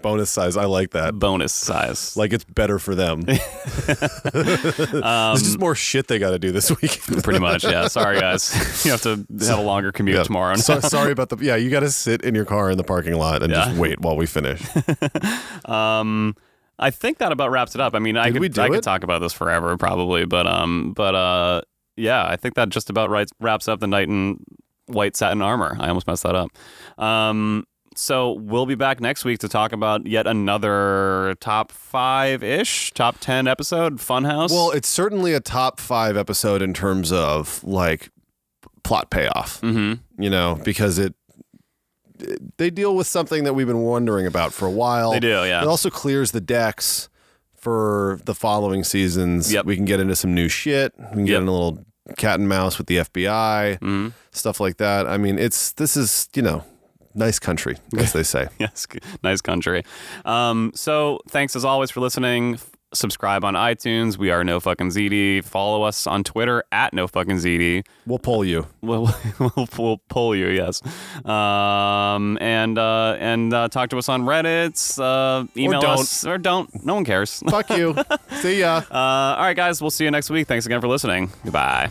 Bonus size, I like that. Bonus size. Like it's better for them. There's Um, just more shit they got to do this week. Pretty much, yeah. Sorry, guys. you have to have a longer commute Yeah. tomorrow. so, sorry about the. Yeah, you got to sit in your car in the parking lot and Yeah. just wait while we finish. Um, I think that about wraps it up. I mean, I Did could we do I it? could talk about this forever probably, but um, but uh, yeah, I think that just about right, wraps up the night in white satin armor. I almost messed that up. Um, so we'll be back next week to talk about yet another top five ish, top ten episode, Funhouse. Well, it's certainly a top five episode in terms of like plot payoff, Mhm. you know, because it they deal with something that we've been wondering about for a while. They do, yeah. It also clears the decks for the following seasons. Yep. We can get into some new shit. We can get Yep. in a little cat and mouse with the FBI, Mhm. stuff like that. I mean, it's this is, you know, nice country, as they say. yes, g- nice country. Um, so thanks as always for listening. F- subscribe on iTunes. We are no fucking ZD. Follow us on Twitter at no fucking ZD. We'll pull you. we'll, we'll, we'll pull you yes um, and uh, and uh, talk to us on reddit uh, email don't. us or don't no one cares uh, Fuck you. See ya. all right guys we'll see you next week thanks again for listening goodbye